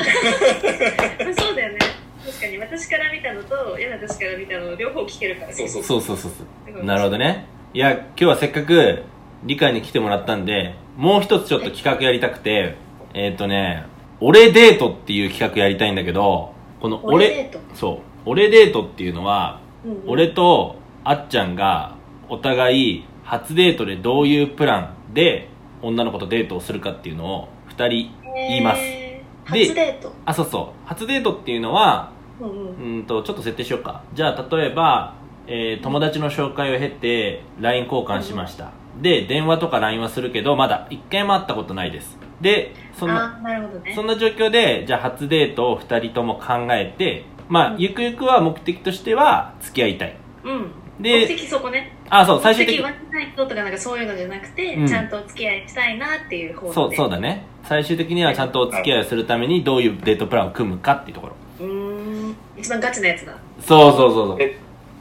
Speaker 6: そうだよね確かに私から見たのと柳田氏から見たの両方聞けるからね
Speaker 3: そうそうそう。
Speaker 4: そうそうそうそうなるほどねいや今日はせっかく理科に来てもらったんでもう一つちょっと企画やりたくてえっ、とね「俺デート」っていう企画やりたいんだけどこの
Speaker 6: 俺
Speaker 4: 俺
Speaker 6: デート
Speaker 4: そう俺デートっていうのは
Speaker 6: うんうん
Speaker 4: 俺とあっちゃんがお互い初デートでどういうプランで女の子とデートをするかっていうのを2人言います
Speaker 6: へー
Speaker 4: で
Speaker 6: 初デート
Speaker 4: あそうそう初デートっていうのは
Speaker 6: うんう
Speaker 4: うんーんとちょっと設定しようかじゃあ例えば、えー友達の紹介を経て LINE 交換しました、で電話とか LINE はするけどまだ1回も会ったことないですでそんな
Speaker 6: あーなるほどね
Speaker 4: そんな状況でじゃあ初デートを2人とも考えてまあ、
Speaker 6: うん
Speaker 4: ゆくゆくは目的としては付き合いたい
Speaker 6: うん目
Speaker 4: で
Speaker 6: 的そこね
Speaker 4: あそう最終
Speaker 6: 目的
Speaker 4: 的
Speaker 6: 浮気ない人とかなんかそういうのじゃなくて、
Speaker 4: うん
Speaker 6: ちゃんとお付き合いしたいなっていう方で
Speaker 4: そうそう
Speaker 6: だ
Speaker 4: だね最終的にはちゃんとお付き合いをするためにどういうデートプランを組むかっていうところ
Speaker 6: うーん一番ガチなやつだ
Speaker 4: そうそうそうそう
Speaker 3: え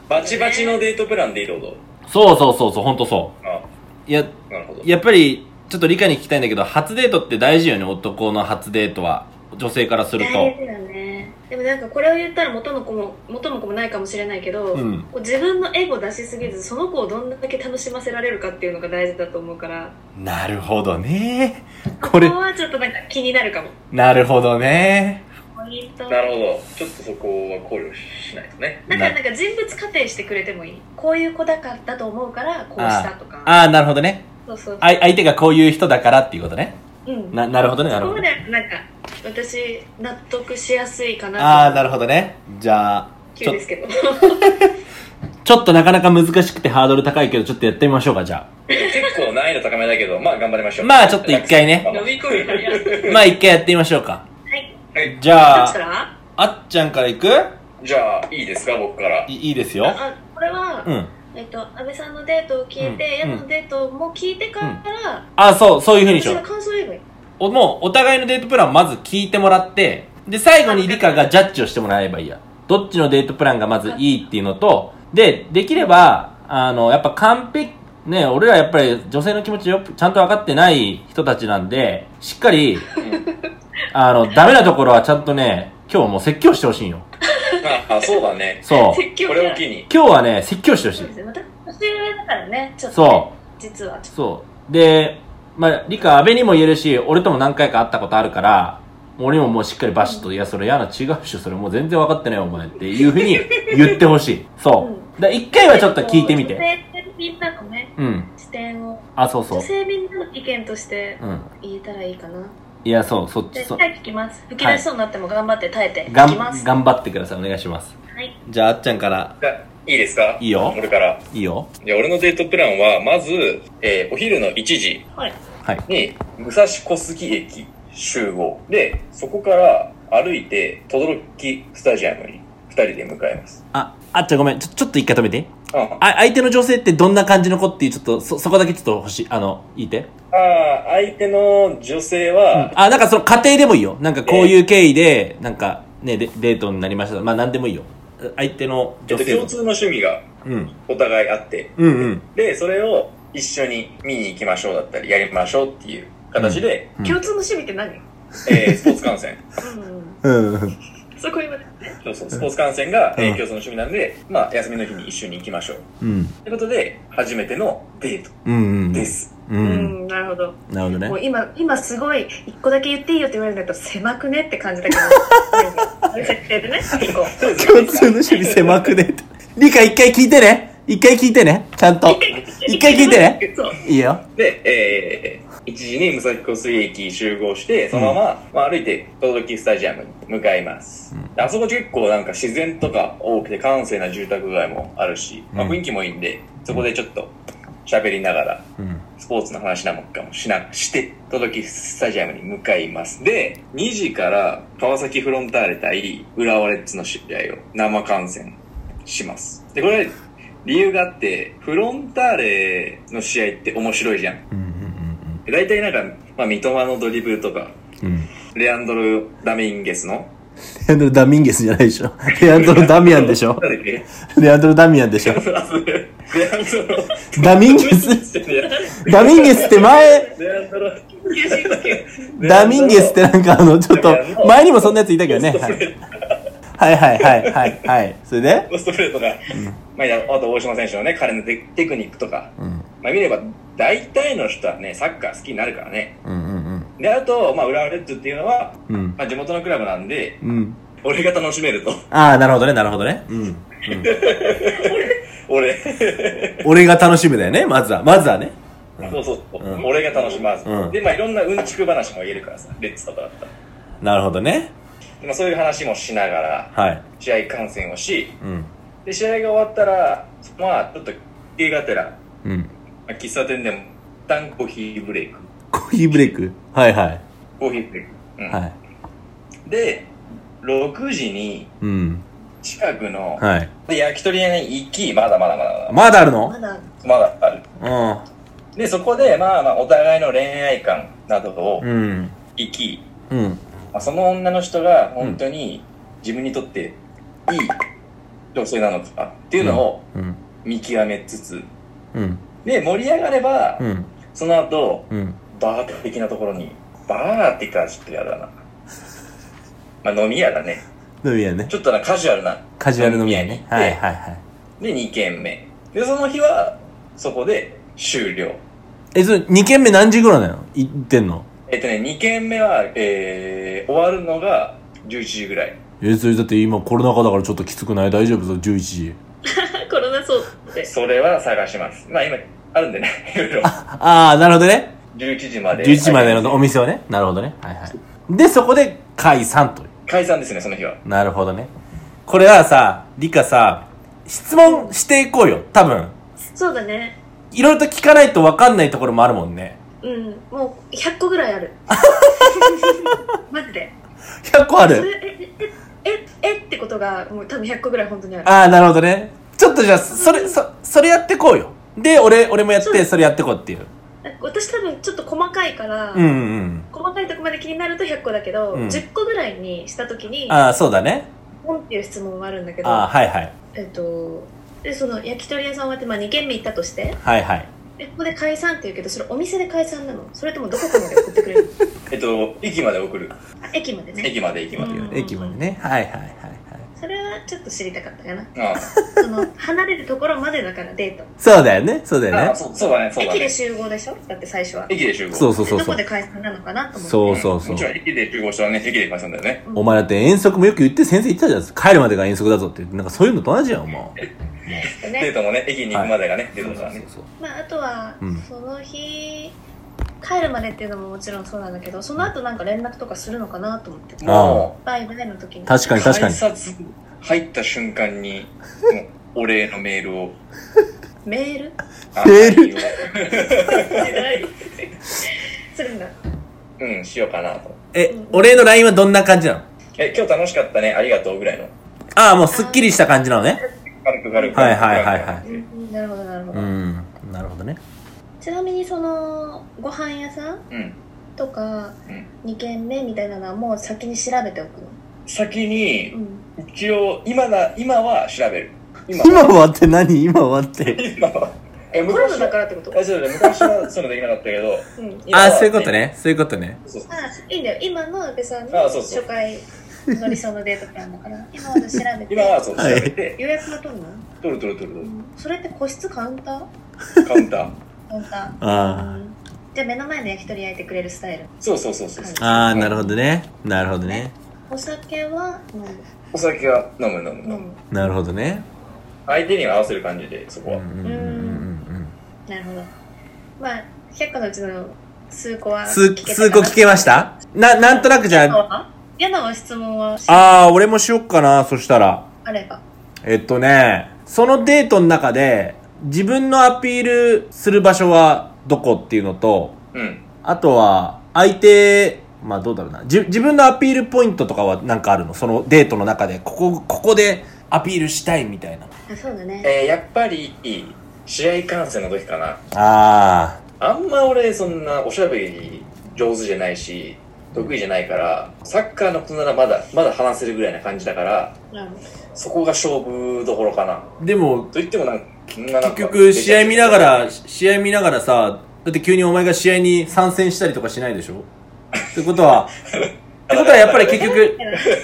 Speaker 3: バチバチのデートプランでいいってこ
Speaker 4: そうそうそうそう本当そ
Speaker 3: とあ
Speaker 4: ういや
Speaker 3: なるほど。
Speaker 4: やっぱりちょっと理科に聞きたいんだけど初デートって大事よね男の初デートは女性からする
Speaker 6: 大
Speaker 4: と
Speaker 6: 事だねでもなんかこれを言ったら元の子も元の子もないかもしれないけど、
Speaker 4: うん
Speaker 6: こう自分のエゴ出しすぎずその子をどんだけ楽しませられるかっていうのが大事だと思うから
Speaker 4: なるほどねこれ
Speaker 6: ここはちょっとなんか気になるかも
Speaker 4: なるほどね
Speaker 6: ポイント
Speaker 3: なるほど。ちょっとそこは考慮しないとね。
Speaker 6: なんかなんか人物仮定してくれてもいいこういう子だからだと思うからこうしたとか
Speaker 4: ああなるほどね
Speaker 6: そうそう
Speaker 4: あい相手がこういう人だからっていうことね
Speaker 6: うん
Speaker 4: ななるほどねな
Speaker 6: そ
Speaker 4: る
Speaker 6: こ
Speaker 4: ほ
Speaker 6: ま
Speaker 4: ど
Speaker 6: でなんか私納得しやすいか
Speaker 4: ああ
Speaker 6: な
Speaker 4: なるほどねじゃあ
Speaker 6: と
Speaker 4: ち
Speaker 6: 急
Speaker 4: ょ
Speaker 6: ですけど
Speaker 4: ちょっとなかなか難しくてハードル高いけどちょっとやってみましょうかじゃ
Speaker 3: 結構難易度高めだけど、まあ頑張りましょ
Speaker 4: あ
Speaker 3: う。
Speaker 4: まあちょっと一回ね
Speaker 6: 飲み込むからはい
Speaker 4: まあ一回やってみましょうか
Speaker 3: はい。
Speaker 4: じ
Speaker 6: ど
Speaker 4: ゃ
Speaker 6: うし
Speaker 4: あ
Speaker 6: たら
Speaker 4: あっちゃんからいく
Speaker 3: じゃあ、いいですか、僕から。
Speaker 4: いいいですよ
Speaker 6: あこれは、
Speaker 4: うん
Speaker 6: えっと、安倍さんのデートを聞いて、
Speaker 4: うん
Speaker 6: 矢野のデートも聞いてから、
Speaker 4: あそうそういうふうにし
Speaker 6: 私
Speaker 4: よう
Speaker 6: が感想言えばいい。
Speaker 4: おもうお互いのデートプランをまず聞いてもらってで最後に理科がジャッジをしてもらえばいいやどっちのデートプランがまずいいっていうのとでできればあのやっぱ完璧ね俺らやっぱり女性の気持ちよくちゃんと分かってない人たちなんでしっか りあのダメなところはちゃんとね今日はもう説教してほしいんよ
Speaker 3: あ、 そうだね。
Speaker 4: そう
Speaker 6: 説教
Speaker 3: こ
Speaker 6: じ
Speaker 3: れ
Speaker 6: ゃ
Speaker 3: を
Speaker 6: ん
Speaker 3: 機に。
Speaker 4: 今日はね説教してほし
Speaker 6: そう
Speaker 4: い
Speaker 6: ですね。また年上だからね、ちょっとね、
Speaker 4: そう
Speaker 6: 実は。
Speaker 4: そう。で、まあ、理科、安倍にも言えるし、俺とも何回か会ったことあるから、俺ももうしっかりバシッと、いや、それ嫌な違うっしょ、それもう全然分かってないよお前っていうふうに言ってほしい。 そう。だ一回はちょっと聞いてみ
Speaker 6: 女
Speaker 4: て。
Speaker 6: 性みんなのね、
Speaker 4: うん。
Speaker 6: 視点を、
Speaker 4: あ、そうそ
Speaker 6: 女
Speaker 4: う。
Speaker 6: 性みんなの意見として
Speaker 4: うん。
Speaker 6: 言えたらいいかな。
Speaker 4: いや、そう、そっ
Speaker 6: じ
Speaker 4: ち、
Speaker 6: ゃあ、
Speaker 4: そ
Speaker 6: 一、回聞きます。吹き出しそうになっても頑張って耐えて、
Speaker 4: が
Speaker 6: 聞
Speaker 4: ん、
Speaker 6: きます。
Speaker 4: 頑張ってください。お願いします。
Speaker 6: はい。
Speaker 4: じゃあ、あっちゃんから、
Speaker 3: じゃあいいですか
Speaker 4: いいよ。
Speaker 3: 俺から。
Speaker 4: いいよ。
Speaker 3: じゃあ俺のデートプランは、まず、えーお昼の1時
Speaker 6: はい
Speaker 3: に、武蔵小杉駅集合。で、そこから歩いて、等々力スタジアムに2人で向かいます。
Speaker 4: あ、あっちゃんごめん。ちょ、ちょっと一回止めて。
Speaker 3: うんあ
Speaker 4: あ、相手の女性ってどんな感じの子っていう、ちょっと、そ、そこだけちょっと欲しい。あの、言いて。
Speaker 3: あー、相手の女性は、
Speaker 4: あ、なんかその家庭でもいいよ。なんかこういう経緯で、なんかね、デデートになりました。まあなんでもいいよ。相手の
Speaker 3: え
Speaker 4: 女
Speaker 3: っと
Speaker 4: 性
Speaker 3: 共
Speaker 4: の。
Speaker 3: 通の趣味が
Speaker 4: うん。
Speaker 3: お互いあって、
Speaker 4: うんうん。
Speaker 3: で、それを一緒に見に行きましょうだったり、やりましょうっていう形で、
Speaker 4: うん
Speaker 6: 共通の趣味って何
Speaker 3: えースポーツ観 戦。
Speaker 6: うんうん。
Speaker 4: うん。
Speaker 6: そこ今ね、
Speaker 3: そうそう、スポーツ観戦が、え
Speaker 4: う
Speaker 3: ー
Speaker 4: ん
Speaker 3: 共通の趣味なんで、まあ、休みの日に一緒に行きましょう。
Speaker 4: うん。
Speaker 3: ということで、初めてのデート
Speaker 4: うんうん。
Speaker 3: です。
Speaker 4: う。
Speaker 6: うんん、なるほど。
Speaker 4: なるほど
Speaker 6: もう
Speaker 4: ね。
Speaker 6: 今、今すごい、一個だけ言っていいよって言われるんだけど、狭くねって感じだけ ど、そういう設定でね、一 個。
Speaker 4: 共通の趣味狭くねって。理科一回聞いてね。一回聞いてね。ちゃんと。一回聞いてね。
Speaker 6: そう。
Speaker 4: いいよ。
Speaker 3: で、えー1時に武蔵小杉駅集合して、そのまま、まあ、歩いて、轟スタジアムに向かいます、
Speaker 4: うん
Speaker 3: であそこ結構なんか自然とか多くて、閑静な住宅街もあるし、まあ、
Speaker 4: うん
Speaker 3: 雰囲気もいいんで、そこでちょっと喋りながら、
Speaker 4: うん。
Speaker 3: スポーツの話なんかもしな、して、届きスタジアムに向かいます。で、2時から川崎フロンターレ対浦和レッズの試合を生観戦します。で、これ、理由があって、フロンターレの試合って面白いじゃん。
Speaker 4: うん。
Speaker 3: で大体なんか、まあ、三笘のドリブルとか、
Speaker 4: うん。うん。
Speaker 3: レアンドロ・ダミンゲスの、
Speaker 4: レアンドロ・ダミンゲスじゃないでしょ。レアンドロ・ ダミアンでしょ。
Speaker 3: 誰だっけ
Speaker 4: レアンドロ・ダミアンでしょ。
Speaker 3: レアンドロ、
Speaker 4: ダミンゲス、ダミンゲスって前、
Speaker 3: レアンドロ、
Speaker 4: ダミンゲスってなんかあの、ちょっ
Speaker 3: ダミアン
Speaker 4: と、
Speaker 3: の
Speaker 4: 前にもそんなやついたけどね。
Speaker 3: ポスト
Speaker 4: は
Speaker 3: プ
Speaker 4: い
Speaker 3: レー
Speaker 4: はいはいはいはいはい。それで
Speaker 3: ロストプレーとか、まあいや、あと大島選手のね、彼のテテクニックとか、
Speaker 4: うん。
Speaker 3: まあ見れば、大体の人はね、サッカー好きになるからね。
Speaker 4: うんうん
Speaker 3: で、あと、まあ、浦和レッズっていうのは、
Speaker 4: うん。うん。
Speaker 3: まあ、地元のクラブなんで、
Speaker 4: うん。
Speaker 3: 俺が楽しめると。
Speaker 4: ああ、なるほどね、なるほどね。うん。うん
Speaker 3: 俺、
Speaker 4: 俺が楽しむだよね、まずは。まずはね。
Speaker 3: そうそうそう、
Speaker 4: うん
Speaker 3: 俺が楽しまず。
Speaker 4: うん
Speaker 3: で、まあ、いろんなうんちく話も言えるからさ、レッズとかだったら。
Speaker 4: なるほどね。
Speaker 3: でまあ、そういう話もしながら、
Speaker 4: はい。
Speaker 3: 試合観戦をし、
Speaker 4: うん。
Speaker 3: で、試合が終わったら、まあ、ちょっと、ゲがてら、ま
Speaker 4: うん。
Speaker 3: あ、喫茶店でも、一旦コーヒーブレイク。
Speaker 4: コーヒーブレイクはいはい。
Speaker 3: コーヒーブレイク。うん
Speaker 4: はい。
Speaker 3: で、6時に、
Speaker 4: うん。
Speaker 3: 近くの、
Speaker 4: はい。
Speaker 3: で焼き鳥屋に行き、まだまだまだまだ、
Speaker 4: まだあるの
Speaker 6: まだ
Speaker 3: まだある。
Speaker 4: う
Speaker 3: で、そこで、まあまあ、お互いの恋愛観などを
Speaker 4: ん。うん。
Speaker 3: 行き、
Speaker 4: うん。
Speaker 3: まあ、その女の人が本当に自分にとっていい女性なのかっていうのを
Speaker 4: うん。
Speaker 3: 見極めつつ、
Speaker 4: うん。
Speaker 3: で、盛り上がれば
Speaker 4: う、ん。
Speaker 3: その後、
Speaker 4: うん。
Speaker 3: バー的なところに、バーって言ったらちょっとやだな。まあ、飲み屋だね。
Speaker 4: 飲み屋ね。
Speaker 3: ちょっとな、カジュアルな。
Speaker 4: カジュアル飲み屋
Speaker 3: 飲
Speaker 4: ね。
Speaker 3: み
Speaker 4: は
Speaker 3: 屋に
Speaker 4: い
Speaker 3: 行って
Speaker 4: はいはい。
Speaker 3: で、2軒目。で、その日は、そこで終了。
Speaker 4: え、それ2軒目何時ぐらいなの行ってんの
Speaker 3: えっとね、2軒目は、えー、終わるのが11時ぐらい。
Speaker 4: え、それだって今コロナ禍だからちょっときつくない大丈夫ぞ、11時。
Speaker 6: コロナそうって
Speaker 3: それは探します。まあ今、あるんでね、いろいろ。
Speaker 4: ああ、なるほどね。
Speaker 3: 11時まで。
Speaker 4: 11時までのお店をね。なるほどね。はいはい。で、そこで解散という。
Speaker 3: 解散ですね、その日は。
Speaker 4: なるほどね。これはさ、リカさ、質問していこうよ。多分。
Speaker 6: そうだね
Speaker 4: いろいろと聞かないと分かんないところもあるもんね。
Speaker 6: うんもう100個ぐらい あるマジで
Speaker 4: 100個あ
Speaker 6: そ
Speaker 4: る。
Speaker 6: れえええええってことがもう多分100個ぐらい本当にある
Speaker 4: ああ、なるほどね。ちょっとじゃあ、それ、そ、それやってこうよ。で、俺、俺もやっ
Speaker 6: そう
Speaker 4: て、
Speaker 6: で
Speaker 4: それやってこうっていう。
Speaker 6: 私多分ちょっと細かいから、
Speaker 4: うんうん
Speaker 6: 細かいとこまで気になると100個だけど、
Speaker 4: うん
Speaker 6: 10個ぐらいにした時に
Speaker 4: うん。ああ、そうだね。
Speaker 6: 「ポン」っていう質問があるんだけど
Speaker 4: ああ、はいはい。
Speaker 6: えっとでその焼き鳥屋さん終わって、まあ、2軒目行ったとして
Speaker 4: はいはい。
Speaker 6: でここで解散って言うけどそれお店で解散なのそれともどこかまで送ってくれ るの
Speaker 3: えっと、駅まで送る。
Speaker 6: あ駅までね
Speaker 3: 駅まで、駅まで。
Speaker 6: うん
Speaker 4: 駅までね。はいはいはいはい。
Speaker 6: それはちょっと知りたかったかな
Speaker 3: あ
Speaker 6: その離れるところまでだからデート、
Speaker 4: そうだよね。そうだよ
Speaker 3: あ、
Speaker 4: ね。
Speaker 3: そうそうだね、そうだ
Speaker 6: 駅で
Speaker 3: ね。
Speaker 6: 集合でしょだって最初は
Speaker 3: 駅で集合。
Speaker 4: そうそうそう
Speaker 6: ど
Speaker 4: そ
Speaker 6: こ
Speaker 4: う
Speaker 6: で。解散なのかなと思って
Speaker 4: そうそうそ
Speaker 3: ん
Speaker 4: う
Speaker 3: もち。ろん駅で集合したらね、駅で解散だよね。
Speaker 6: うん
Speaker 4: お前だって遠足もよく言って先生言ってたじゃないですか。帰るまでが遠足だぞって。なんかそういうのと同じやん、お前。
Speaker 3: デー
Speaker 6: ね、
Speaker 3: トもね、駅に行くまでがね、デートだからね。
Speaker 4: そう
Speaker 6: まあ、あとは、
Speaker 4: うん
Speaker 6: その日帰るまでっていうのももちろんそうなんだけどその後なんか連絡とかするのかなと思って
Speaker 3: も
Speaker 6: バイバイの時に
Speaker 4: 確か
Speaker 3: う、
Speaker 4: に確か
Speaker 3: 改
Speaker 4: に。
Speaker 3: 札入った瞬間に、もうお礼のメール を。
Speaker 6: メール
Speaker 3: あ
Speaker 4: メール
Speaker 6: するんだ
Speaker 3: うん、しようかなと。
Speaker 4: え、俺の LINE はどんな感じなの
Speaker 3: え、今日楽しかったね、ありがとうぐらいの。
Speaker 4: ああ、もうすっきりした感じなのね。
Speaker 3: 軽く軽く。
Speaker 4: はいはいはいは
Speaker 6: うんうんなるほどなるほ
Speaker 4: う
Speaker 6: ど、
Speaker 4: ん。なるほどね。
Speaker 6: ちなみにそのご飯屋さん
Speaker 3: うん。
Speaker 6: とか
Speaker 3: うん
Speaker 6: 2軒目みたいなのはもう先に調べておくの、
Speaker 3: 先に
Speaker 6: う、ん、
Speaker 3: 一応、今だ、今は調べる。今
Speaker 4: 今終わって何今終わって。
Speaker 3: 今は。え、
Speaker 6: コロナ
Speaker 3: 昔
Speaker 6: だ
Speaker 3: は、
Speaker 6: からってこと、
Speaker 3: あそうだね昔はそういうのできなかったけど、
Speaker 6: うん、
Speaker 3: 今は
Speaker 4: あ、そういうこと。ね。そういうことね。
Speaker 3: そうそう
Speaker 6: まあいいんだよ今の阿部さんの
Speaker 3: あそうそう
Speaker 6: 初回の理想のデートプランだから今まで調べて
Speaker 3: 今はそう、調
Speaker 4: はい
Speaker 3: べて、
Speaker 6: 予約は取るの、
Speaker 3: 取る取る取
Speaker 6: う
Speaker 3: る
Speaker 6: んそれって個室カウンタ
Speaker 3: 取
Speaker 6: ー
Speaker 3: る、カウンター。
Speaker 6: カウンター、う
Speaker 4: あ
Speaker 6: ん、じゃあ目の前で焼き鳥焼いてくれるスタイル
Speaker 3: そうそうそうそう。
Speaker 4: あ。ああ、なるほどね。なるほどね。
Speaker 6: お酒は飲む
Speaker 3: お酒は飲む飲む飲
Speaker 6: 飲
Speaker 3: む。
Speaker 6: む
Speaker 4: なるほどね。
Speaker 3: 相手には合わせる感じで、そこ
Speaker 4: うんう
Speaker 3: は
Speaker 4: ん。うんうんうん
Speaker 6: なるほどまあ100個のうちの数個は
Speaker 4: 数、
Speaker 6: 聞けたかな
Speaker 4: 数個聞けましたな、なんとなくじゃ
Speaker 6: 嫌な
Speaker 4: あ、
Speaker 6: は嫌なは質問は
Speaker 4: あー、俺もしよっかな、そしたら。
Speaker 6: あれば。
Speaker 4: えっとね、そのデートの中で、自分のアピールする場所はどこっていうのと、
Speaker 3: うん。
Speaker 4: あとは、相手、まあどうだろうな。じ自分のアピールポイントとかはなんかあるのそのデートの中で、ここ、ここでアピールしたいみたいな。
Speaker 6: あそうだね。
Speaker 3: えー、やっぱり、試合観戦の時かな。
Speaker 4: あ
Speaker 3: あんま俺、そんなおしゃべり上手じゃないし、得意じゃないから、サッカーのことならまだ、まだ話せるぐらいな感じだから、
Speaker 6: なるほ
Speaker 3: そこが勝負どころかな。
Speaker 4: あ。でも、
Speaker 3: と言ってもなんか、結
Speaker 4: 結局、試合見ながら、試合見ながらさ、だって急にお前が試合に参戦したりとかしないでしょってことは、ってことはやっぱり結局、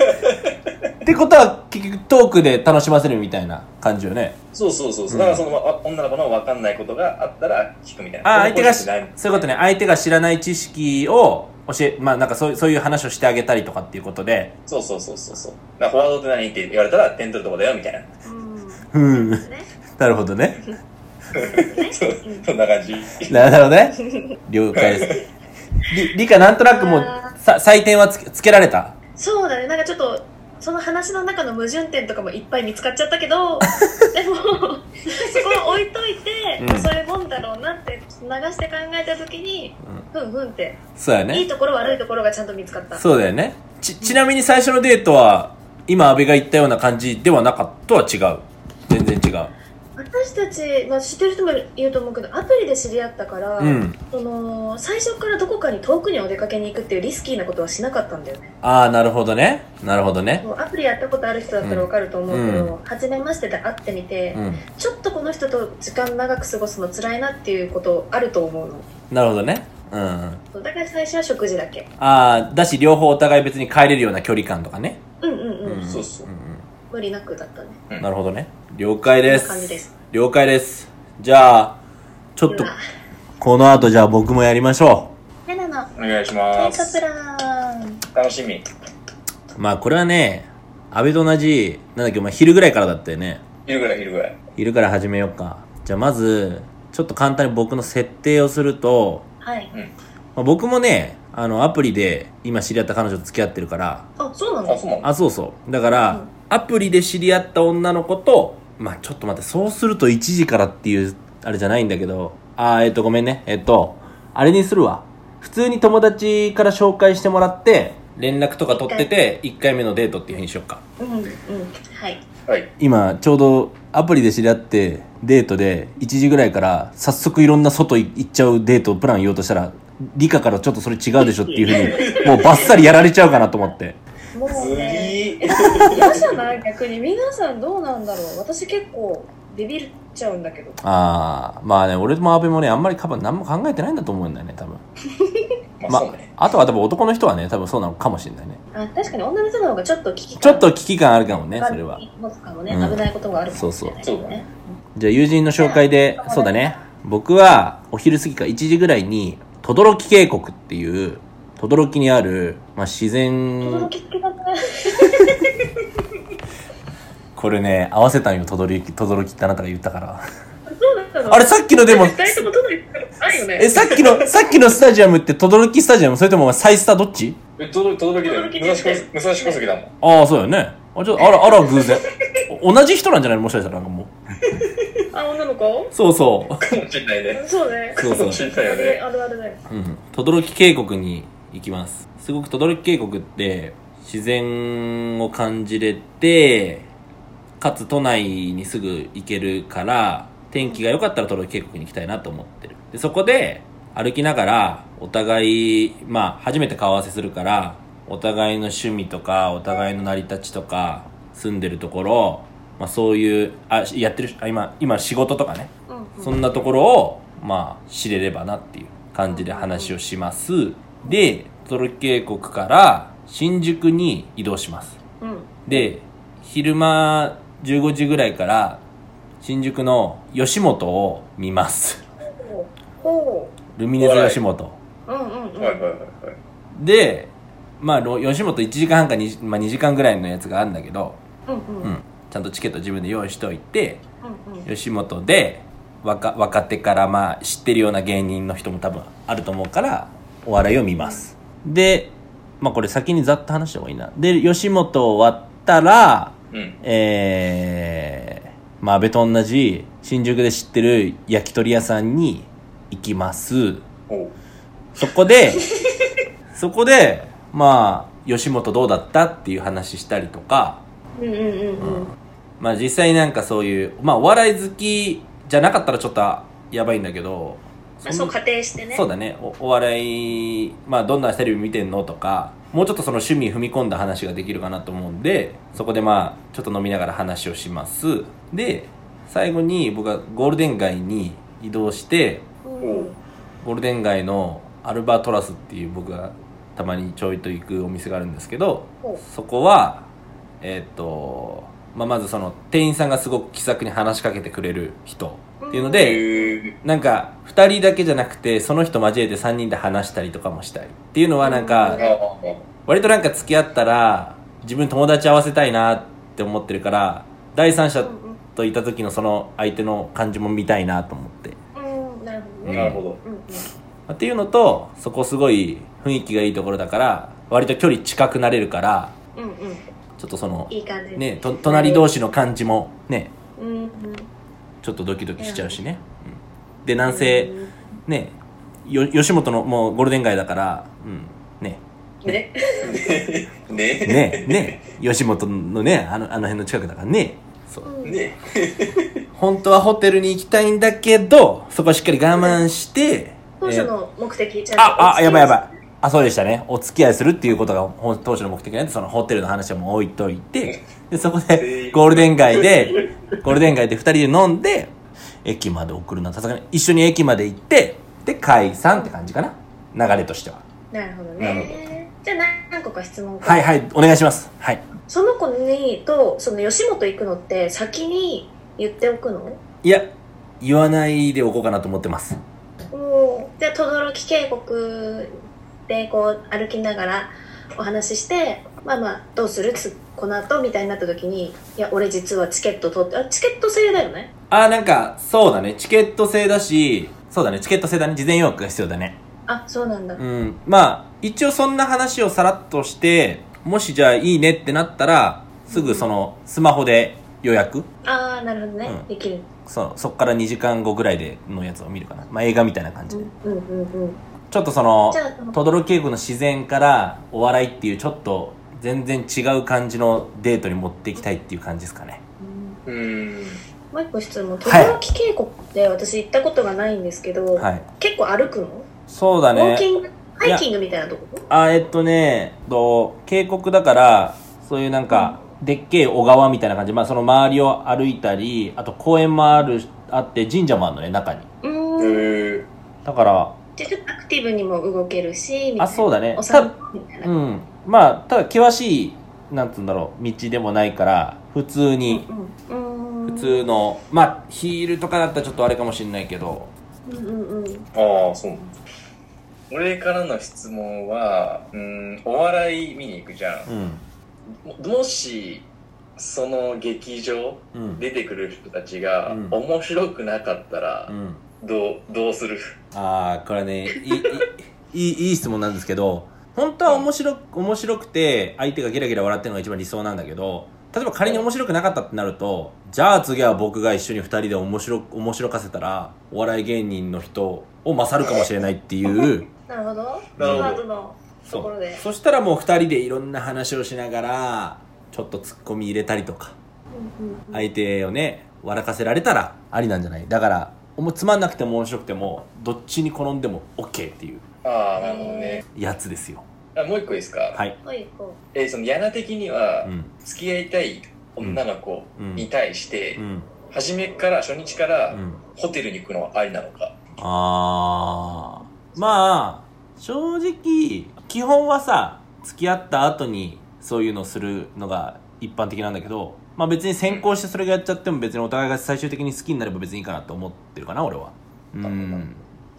Speaker 4: ってことは結局トークで楽しませるみたいな感じよね。
Speaker 3: そうそうそうそう、
Speaker 4: うん
Speaker 3: だからそのわ女の子の分かんないことがあったら聞くみたいな
Speaker 4: ああ、相手が
Speaker 3: そ
Speaker 4: し、そ
Speaker 3: の子
Speaker 4: うい
Speaker 3: に
Speaker 4: うことね、相手が知らない知識を教え、まあなんかそうそういう話をしてあげたりとかっていうことで、
Speaker 3: そうそうそうそうそうだからフォワードって何って言われたら点取るとこだよみたいな
Speaker 6: ど。うん。
Speaker 4: う
Speaker 6: ね。
Speaker 4: ん、 なるほどね。
Speaker 3: そうそんな 感じ
Speaker 4: なるほどね。了解です。り、理科なんとなくもう、さ、採点はつけつけられた
Speaker 6: そうだね。なんかちょっと、その話の中の矛盾点とかもいっぱい見つかっちゃった けど、でも、そこを置いといて、
Speaker 4: うん
Speaker 6: そういうもんだろうなって流して考えたときに、ふんふんって、
Speaker 4: そうやね。
Speaker 6: いいところ悪いところがちゃんと見つかった。
Speaker 4: そうだよねちちなみに最初のデートは今阿部が言ったような感じではなかったとは違う全然違う
Speaker 6: 私たち、まあ、知ってる人もいると思うけどアプリで知り合ったから、
Speaker 4: うん
Speaker 6: その最初からどこかに遠くにお出かけに行くっていうリスキーなことはしなかったんだよね
Speaker 4: ああなるほどねなるほどね
Speaker 6: もうアプリやったことある人だったら分かると思うけど、
Speaker 4: うん
Speaker 6: 初めましてで会ってみて、
Speaker 4: うん
Speaker 6: ちょっとこの人と時間長く過ごすの辛いなっていうことあると思う
Speaker 4: なるほどねうんうん
Speaker 6: のだから最初は食事だけ
Speaker 4: ああだし両方お互い別に帰れるような距離感とかね
Speaker 6: うんうんうん、
Speaker 4: ん
Speaker 3: そうそう
Speaker 4: うん
Speaker 6: 無理なくだったね
Speaker 4: うんなるほどね了解で
Speaker 6: こんな感じですす
Speaker 4: 了解ですじゃあちょっと
Speaker 6: では
Speaker 4: この後じゃあ僕もやりましょ
Speaker 6: レナの
Speaker 3: お願いし
Speaker 6: 経
Speaker 3: ま
Speaker 6: 過
Speaker 3: す
Speaker 6: プラン
Speaker 3: 楽しみ
Speaker 4: うまあこれはね阿部と同じなんだっけお前昼ぐらいからだったよね
Speaker 3: 昼ぐらい昼ぐらい
Speaker 4: 昼から始めようかじゃあまずちょっと簡単に僕の設定をすると、
Speaker 6: はい
Speaker 4: まあ、僕もねあのアプリで今知り合った彼女と付き合ってるから
Speaker 6: あそうな
Speaker 3: あ
Speaker 6: の
Speaker 3: そうなの
Speaker 4: あそうそうだから、
Speaker 6: うん
Speaker 4: アプリで知り合った女の子とまあちょっと待ってそうすると1時からっていうあれじゃないんだけどあーえっ、とごめんねえっ、とあれにするわ普通に友達から紹介してもらって連絡とか取ってて1回目のデートっていうふうにしようか
Speaker 6: うんうんはい
Speaker 3: はい
Speaker 4: 今ちょうどアプリで知り合ってデートで1時ぐらいから早速いろんな外い行っちゃうデートをプラン言おうとしたら理科からちょっとそれ違うでしょっていうふうにもうバッサリやられちゃうかなと思って
Speaker 6: もうね
Speaker 3: 次
Speaker 6: 嫌じゃない逆に皆さんどうなんだろう私結構ビビっちゃうんだけど
Speaker 4: ああまあね俺も阿部もねあんまり多分何も考えてないんだと思うんだよね多分
Speaker 3: まあ
Speaker 4: ま
Speaker 3: そうね
Speaker 4: ああとは多分男の人はね多分そうなのかもしれないね
Speaker 6: あ確かに女の人の方がちょっと危機感
Speaker 4: ちょっと危機感あるかもねそれは
Speaker 6: 持つかもね、
Speaker 4: うん
Speaker 6: 危ないことがあるかもしれないけどね
Speaker 4: じゃあ友人の紹介で
Speaker 6: うん
Speaker 4: そうだね僕はお昼過ぎか1時ぐらいに轟渓谷っていう轟にある、まあ、自然
Speaker 6: 驚きっけだった
Speaker 4: これね合わせたんよ轟き轟きってあなたが言ったから
Speaker 6: そうだったの
Speaker 4: あれさっきのでも
Speaker 6: 二人とも届いてないよ
Speaker 4: え
Speaker 6: ね
Speaker 4: さっきのさっきのスタジアムって轟きスタジアムそれともお前サイスタどっち
Speaker 3: え届届きだよ
Speaker 6: 届き
Speaker 3: 武
Speaker 6: だ
Speaker 3: 蔵小
Speaker 6: よ
Speaker 3: 杉武蔵小杉だもん
Speaker 4: ああそうよねあちょっとあらあら偶然お同じ人なんじゃないのもしかしたらなんかも
Speaker 6: あ女の子
Speaker 4: うそうそう
Speaker 3: かもしれないね
Speaker 6: そうね
Speaker 4: そう
Speaker 3: か
Speaker 4: そう
Speaker 3: もしれないよ
Speaker 6: ね
Speaker 3: ね
Speaker 6: あるあるだよ
Speaker 4: うん轟渓谷に行きますすごく轟渓谷って自然を感じれてかつ都内にすぐ行けるから天気が良かったら轟渓谷に行きたいなと思ってるでそこで歩きながらお互いまあ初めて顔合わせするからお互いの趣味とかお互いの成り立ちとか住んでるところ、まあ、そういうあやってるあ今今仕事とかね
Speaker 6: うんうん
Speaker 4: そんなところを、まあ、知れればなっていう感じで話をします。で、トロ渓谷から新宿に移動します。
Speaker 6: うん
Speaker 4: で、昼間15時ぐらいから新宿の吉本を見ます。
Speaker 6: ほ
Speaker 4: ルミネズ吉本。
Speaker 6: ううんうんうん
Speaker 3: はいはいはいはい
Speaker 4: で、まあ、ろ吉本1時間半か 2,、まあ、2時間ぐらいのやつがあるんだけど、
Speaker 6: うんうんうん
Speaker 4: うん。ちゃんとチケット自分で用意しておいて、
Speaker 6: うん
Speaker 4: 吉本で若若手からまあ知ってるような芸人の人も多分あると思うからお笑いを見ますでまあこれ先にざっと話した方がいいなで吉本終わったら
Speaker 3: うん。
Speaker 4: えー、まあ安倍と同じ新宿で知ってる焼き鳥屋さんに行きます
Speaker 3: おう
Speaker 4: そこでそこでまあ吉本どうだったっていう話したりとか
Speaker 6: うんうんうんうん
Speaker 4: まあ実際なんかそういう、まあお笑い好きじゃなかったらちょっとやばいんだけど、
Speaker 6: まあそう仮定してね
Speaker 4: そうだねお、お笑い、まあどんなテレビ見てんのとか、もうちょっとその趣味に踏み込んだ話ができるかなと思うんで、そこでまあちょっと飲みながら話をします。で、最後に僕はゴールデン街に移動して、
Speaker 3: おう
Speaker 4: ゴールデン街のアルバトラスっていう僕がたまにちょいと行くお店があるんですけど
Speaker 6: お
Speaker 4: そこはえーっと、まあ、まずその店員さんがすごく気さくに話しかけてくれる人っていうので、
Speaker 3: へ
Speaker 4: なんか2人だけじゃなくてその人交えて3人で話したりとかもしたいっていうのはなんか
Speaker 3: ーあー
Speaker 4: 割となんか付き合ったら自分友達合わせたいなって思ってるから第三者
Speaker 6: うん
Speaker 4: といた時のその相手の感じも見たいなと思って
Speaker 6: うんうんなるほどね
Speaker 3: なるほど。
Speaker 6: うんうん
Speaker 4: っていうのとそこすごい雰囲気がいいところだから割と距離近くなれるから
Speaker 6: うんうん
Speaker 4: ちょっとその
Speaker 6: いい感じ
Speaker 4: ねと隣同士の感じもね
Speaker 6: うん
Speaker 4: ちょっとドキドキしちゃうしね、うんで南西ねよ吉本のもうゴールデン街だから、うん、ね
Speaker 6: ね
Speaker 3: ね
Speaker 4: ねね吉本のねあのあの辺の近くだからねそう
Speaker 3: ね
Speaker 4: 本当はホテルに行きたいんだけどそこはしっかり我慢して、
Speaker 6: 当
Speaker 4: え
Speaker 6: 初
Speaker 4: ー
Speaker 6: の目的ちゃんと
Speaker 4: あ、あ、やばいやば
Speaker 6: い
Speaker 4: い。あ、そうでしたね。お付き合いするっていうことがほ当初の目的なんで、そのホテルの話はもう置いといて、で、そこで、ゴールデン街で、ゴールデン街で二人で飲んで、駅まで送るのはさすがに、一緒に駅まで行って、で、解散って感じかな。流れとしては。
Speaker 6: なるほど
Speaker 3: なるほ
Speaker 6: ねじゃあ何個か質問
Speaker 4: はい
Speaker 6: い
Speaker 4: はい、お願いします。はい。
Speaker 6: その子にとその吉本行くのって先に言っておくの
Speaker 4: いや、言わないでおこうかなと思ってます。
Speaker 6: おーじゃあ轟渓谷でこう歩きながらお話ししてまあまあどうするつこの後みたいになった時に「いや俺実はチケット取ってあチケット制だよね
Speaker 4: あー、なんか、そうだね。チケット制だし、そうだね。チケット制だね。事前予約が必要だね。
Speaker 6: あそうなんだ」
Speaker 4: うん、まあ一応そんな話をさらっとしてもしじゃあいいねってなったらすぐそのスマホで予約
Speaker 6: ああなるほどね、
Speaker 4: うん
Speaker 6: できる
Speaker 4: そうそっから2時間後ぐらいでのやつを見るかな、まあ、映画みたいな感じで、
Speaker 6: うんうんうん
Speaker 4: ちょっとその
Speaker 6: じゃあその
Speaker 4: 轟稽古の自然からお笑いっていうちょっと全然違う感じのデートに持っていきたいっていう感じですかね
Speaker 3: うーん。
Speaker 6: もう一個質問
Speaker 4: はい
Speaker 6: 轟渓谷って私行ったことがないんですけど、
Speaker 4: はい
Speaker 6: 結構歩くの
Speaker 4: そうだ
Speaker 6: ウ
Speaker 4: ね
Speaker 6: ォーキングハイキングみたいなとこ
Speaker 4: あえっとねと渓谷だからそういうなんか、でっけえ小川みたいな感じ、まあ、その周りを歩いたりあと公園もあるあって神社もあるのね中に
Speaker 6: う
Speaker 3: へ
Speaker 6: ーん
Speaker 3: ー
Speaker 4: だから
Speaker 6: でちょっとアクティブにも動けるしみた
Speaker 4: あ
Speaker 6: いな
Speaker 4: そうだね
Speaker 6: お
Speaker 4: た
Speaker 6: 散歩みたいな、
Speaker 4: うんまあただ険しいなんつうんだろう道でもないから普通に
Speaker 6: うんうん
Speaker 4: 普通のまあヒールとかだったらちょっとあれかもしれないけど
Speaker 6: うんうんうん
Speaker 3: ああ、そう。俺からの質問は、うーん、お笑い見に行くじゃん。
Speaker 4: うん
Speaker 3: ももし、その劇場、
Speaker 4: うん
Speaker 3: 出てくる人たちが
Speaker 4: うん
Speaker 3: 面白くなかったら
Speaker 4: う、ん
Speaker 3: どう、どうする
Speaker 4: ああこれはねいいいいいいいい質問なんですけど本当は面白く面白くて相手がゲラゲラ笑ってるのが一番理想なんだけど例えば仮に面白くなかったってなるとじゃあ次は僕が一緒に2人で面白く面白かせたらお笑い芸人の人を勝るかもしれないっていう
Speaker 6: なるほどキ
Speaker 3: なるほど
Speaker 6: ーワードのところで
Speaker 4: そしたらもう2人でいろんな話をしながらちょっとツッコミ入れたりとか
Speaker 6: うんうんうん
Speaker 4: 相手をね笑かせられたらありなんじゃないだからもうつまんなくても面白くてもどっちに転んでも OK っていう
Speaker 3: ああ、なるほどね。
Speaker 4: やつですよ
Speaker 3: あもう一個いいですか
Speaker 4: はい
Speaker 6: おいこ
Speaker 3: えーその、ヤナ的には
Speaker 4: う、ん
Speaker 3: 付き合いたい女の子に対して、
Speaker 4: うん
Speaker 3: 初めから、初日から
Speaker 4: う、ん
Speaker 3: ホテルに行くのはありなのか。
Speaker 4: あーまあ正直基本はさ付き合った後にそういうのするのが一般的なんだけどまあ別に先行してそれがやっちゃっても別にお互いが最終的に好きになれば別にいいかなと思ってるかな俺はうん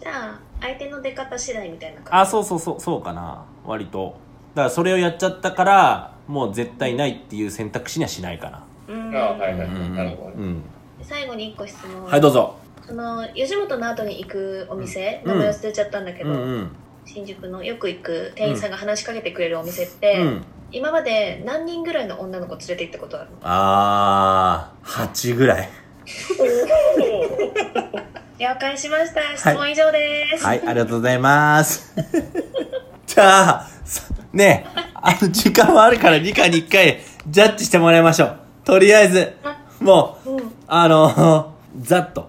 Speaker 6: うじゃあ相手の出方次第みたいな
Speaker 4: あ
Speaker 6: 感
Speaker 4: そうそうそうそうかな割とだからそれをやっちゃったからもう絶対ないっていう選択肢にはしないかな
Speaker 6: じうん
Speaker 3: あはい
Speaker 4: うん
Speaker 3: なるほど
Speaker 4: うん
Speaker 6: 最後に一個質問
Speaker 4: はいどうぞ
Speaker 6: その吉本の後に行くお店、
Speaker 4: うん
Speaker 6: 名前忘れちゃったんだけ
Speaker 4: う
Speaker 6: ど、
Speaker 4: んうん
Speaker 6: 新宿のよく行く店員さんが話しかけてくれるお店って、
Speaker 4: うん
Speaker 6: 今まで何人ぐらいの女の子連れて行ったことあるの
Speaker 4: あー8ぐらい
Speaker 6: 了解しました質問以上です、
Speaker 4: はい、ありがとうございます。じゃあ、さねえ、あの、時間はあるから理科に1回ジャッジしてもらいましょう。とりあえず、もう、
Speaker 6: うん、
Speaker 4: あの、ざっと。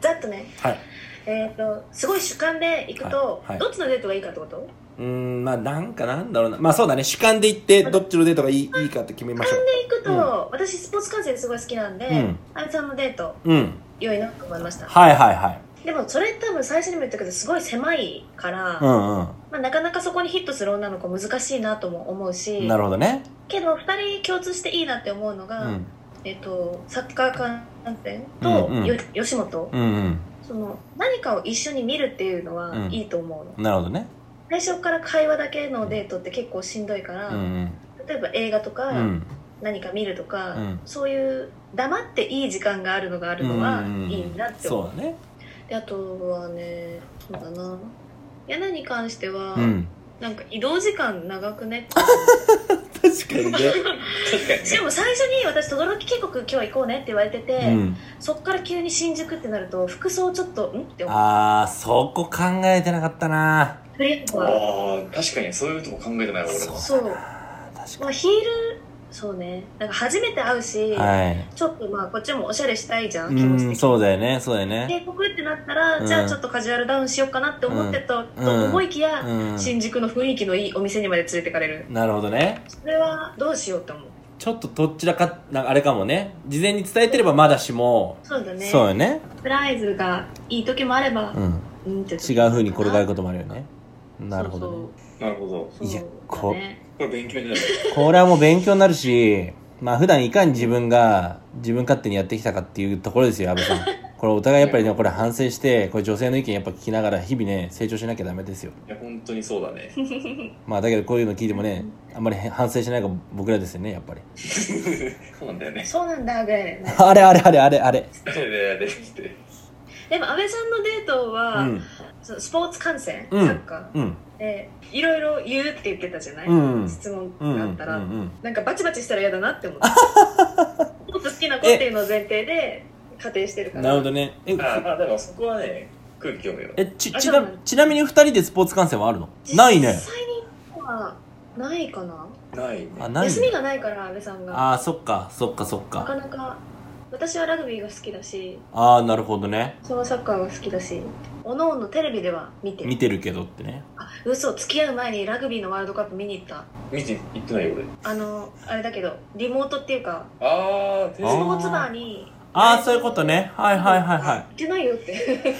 Speaker 6: ざっとね
Speaker 4: はい。
Speaker 6: えっ、とすごい主観で行くと、
Speaker 4: はいはい
Speaker 6: どっちのデートがいいかってこと
Speaker 4: うーん、まあ、なんかなんだろうな。まあ、そうだね。主観で行って、どっちのデートがいいいいかって決めましょ
Speaker 6: 主観で行くと、私スポーツ観戦すごい好きなんで、
Speaker 4: うん
Speaker 6: あやさんのデート
Speaker 4: う。うん。
Speaker 6: 良いなと思いました
Speaker 4: はいはいはい。
Speaker 6: でもそれ多分最初にも言ったけどすごい狭いから、
Speaker 4: う
Speaker 6: ま
Speaker 4: んう。
Speaker 6: あ、なかなかそこにヒットする女の子難しいなとも思うんし
Speaker 4: なるほどね。
Speaker 6: けど2人共通していいなって思うの
Speaker 4: う
Speaker 6: が、
Speaker 4: ん。
Speaker 6: えっとサッカー観戦と、
Speaker 4: うんうん
Speaker 6: よ吉本
Speaker 4: うん
Speaker 6: その何かを一緒に見るっていうのは
Speaker 4: うん
Speaker 6: いいと思うの、
Speaker 4: うん。なるほどね。
Speaker 6: 最初から会話だけのデートって結構しんどいから、
Speaker 4: うん
Speaker 6: 例えば映画とか
Speaker 4: うん。うん。
Speaker 6: 何か見るとか、
Speaker 4: うん
Speaker 6: そういう黙っていい時間があるのがあるのはいいなって思う
Speaker 4: そうだね。
Speaker 6: であとはねそうだな柳に関しては、
Speaker 4: うん。
Speaker 6: なんか移動時間長くね
Speaker 4: 確かにね。
Speaker 3: 確かにね
Speaker 6: しかも最初に私轟渓谷今日行こうねって言われてて、
Speaker 4: うん。
Speaker 6: そっから急に新宿ってなると服装ちょっとんって思う
Speaker 4: あー、そこ考えてなかったな。
Speaker 6: とりあえずは
Speaker 3: ああ、確かにそういうとこ考えてないわ、俺も。
Speaker 6: そう
Speaker 4: あー確か
Speaker 6: まあヒールそうねなんか初めて会うし、
Speaker 4: に。はい。
Speaker 6: ちょっとまあこっちもおしゃれしたいじゃ
Speaker 4: うん
Speaker 6: 気持ち的
Speaker 4: ーん、
Speaker 6: に
Speaker 4: そうだよね、そうだよね。
Speaker 6: 帝国ってなったら、
Speaker 4: うん
Speaker 6: じゃあちょっとカジュアルダウンしようかなって思ってたと思いきや、
Speaker 4: うん。
Speaker 6: 新宿の雰囲気のいいお店にまで連れてかれる
Speaker 4: なるほどね。
Speaker 6: それはどうしようって思う
Speaker 4: ちょっとどっちらか、なんかあれかもね。事前に伝えてればまだしも、
Speaker 6: そうだね
Speaker 4: そうよね。
Speaker 6: サプライズがいい時もあれば
Speaker 4: う、ん。
Speaker 6: うん、って
Speaker 4: 違う風に転がることもあるよね。なるほどね。
Speaker 3: なるほど。
Speaker 6: そうそう
Speaker 4: いや
Speaker 6: そうだね
Speaker 3: これ勉強になる。
Speaker 4: これはもう勉強になるし、まあ普段いかに自分が自分勝手にやってきたかっていうところですよ、安倍さ ん。これお互いやっぱりね、これ反省して、これ女性の意見やっぱ聞きながら日々ね、成長しなきゃダメですよ。
Speaker 3: いや、本当にそうだね。
Speaker 4: まあだけどこういうの聞いてもね、あんまり反省しないのが僕らですよね、やっぱり。
Speaker 3: そうなんだよね。
Speaker 6: そうなんだぐらいだ よね
Speaker 4: あれあれあれあれ
Speaker 3: あ
Speaker 4: あれ。
Speaker 3: れで、あれでって。
Speaker 6: でも阿部さんのデート
Speaker 4: う
Speaker 6: は、
Speaker 4: ん。
Speaker 6: そのスポーツ観戦、
Speaker 4: うん
Speaker 6: サッカ
Speaker 4: うん。
Speaker 6: ーでいろいろ言うって言ってたじゃない、
Speaker 4: うん
Speaker 6: 質問
Speaker 4: うん。
Speaker 6: があったら、
Speaker 4: うんうん
Speaker 6: なんかバチバチしたら嫌だなって思ったもっと好きな子っていうのを前提で仮定してるから
Speaker 4: なるほどね。え、
Speaker 3: ああ、まあでもそこはね、空気読むよ。
Speaker 4: えち、
Speaker 6: あ
Speaker 4: ち
Speaker 6: そう
Speaker 4: な
Speaker 6: な、の
Speaker 4: ちなみに二人でスポーツ観戦はあるのないね
Speaker 6: 実。際にはないかな
Speaker 3: ないね。
Speaker 4: あ、ない
Speaker 6: 休みがないから阿部さんが
Speaker 4: あー、そっか、そっか、そっ
Speaker 6: なか
Speaker 4: か。
Speaker 6: なか私はラグビーが好きだし
Speaker 4: あー、なるほどね。
Speaker 6: そのサッカーが好きだしおのおのテレビでは見てる
Speaker 4: 見てるけどってね。
Speaker 6: あ嘘付き合う前にラグビーのワールドカップ見に行った
Speaker 3: 見て、行ってないよ、俺。
Speaker 6: あのあれだけどリモートっていうか
Speaker 3: ああ、
Speaker 6: ス
Speaker 3: テ
Speaker 6: ポ
Speaker 3: レビ
Speaker 6: ーツバーに
Speaker 4: あー、そういうことね。はいはいはいはい
Speaker 6: 行。ってないよって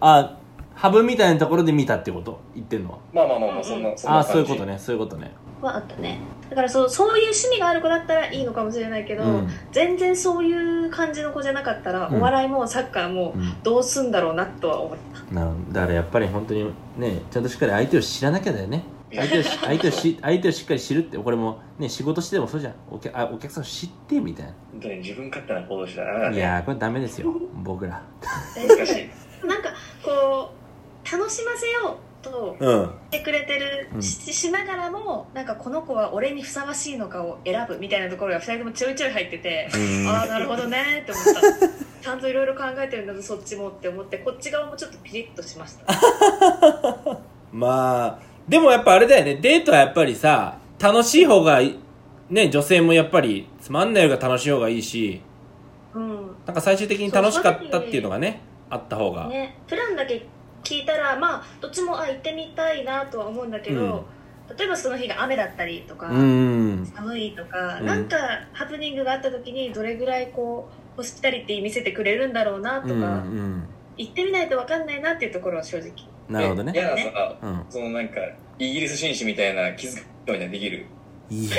Speaker 4: あ、ハブみたいなところで見たってこと言ってんのは。
Speaker 3: まあまあまあまあ、そんな、そん
Speaker 4: あ
Speaker 3: な
Speaker 4: ー、そうい
Speaker 3: 感
Speaker 4: う
Speaker 3: じ。
Speaker 4: ことね、そういうことね。
Speaker 6: はあったねだからそうそういう趣味がある子だったらいいのかもしれないけ
Speaker 4: う
Speaker 6: ど、
Speaker 4: ん。
Speaker 6: 全然そういう感じの子じゃなかったら、
Speaker 4: うん
Speaker 6: お笑いもサッカーも
Speaker 4: うん
Speaker 6: どうすんだろうなとは思っ
Speaker 4: なるほどだからやっぱり本当にね、ちゃんとしっかり相手を知らなきゃだよね。相手をし 相手をし相手をしっかり知るって、これもね、仕事しててもそうじゃん。お客あお客さんを知ってみたいな。
Speaker 3: 本当に自分勝手な行動したら、
Speaker 4: いやー、これダメですよ、僕ら。
Speaker 6: た
Speaker 3: 難しい。
Speaker 6: なんかこう楽しませようと
Speaker 4: うん。
Speaker 6: してくれてる、
Speaker 4: うん
Speaker 6: ししながらもなんかこの子は俺にふさわしいのかを選ぶみたいなところが2人ともちょいちょい入ってて、ああなるほどねって思った ちゃんといろいろ考えてるんだぞそっちもって思ってこっち側もちょっとピリッとしました
Speaker 4: まあ、でもやっぱあれだよね、デートはやっぱりさ、楽しい方がい、ね、女性もやっぱりつまんないよりが楽しい方がいいし、
Speaker 6: うん
Speaker 4: なんか最終的に楽しかったっていうのがね、あった方が。
Speaker 6: ねプランだけ聞いたらまあどっちもあ行ってみたいなとは思うんだけど、例えばその日が雨だったりとか、
Speaker 4: うん。
Speaker 6: 寒いとか、
Speaker 4: うん
Speaker 6: なんかハプニングがあった時にどれぐらいこうホスピタリティ見せてくれるんだろうなと
Speaker 4: うんう
Speaker 6: か、
Speaker 4: ん。
Speaker 6: 行ってみないと分かんないなっていうところは正直
Speaker 4: なるほど
Speaker 3: い
Speaker 4: ね。
Speaker 3: や、さ、
Speaker 4: うん。
Speaker 3: そのなんか、イギリス紳士みたいな気づくようにはできる。
Speaker 4: いや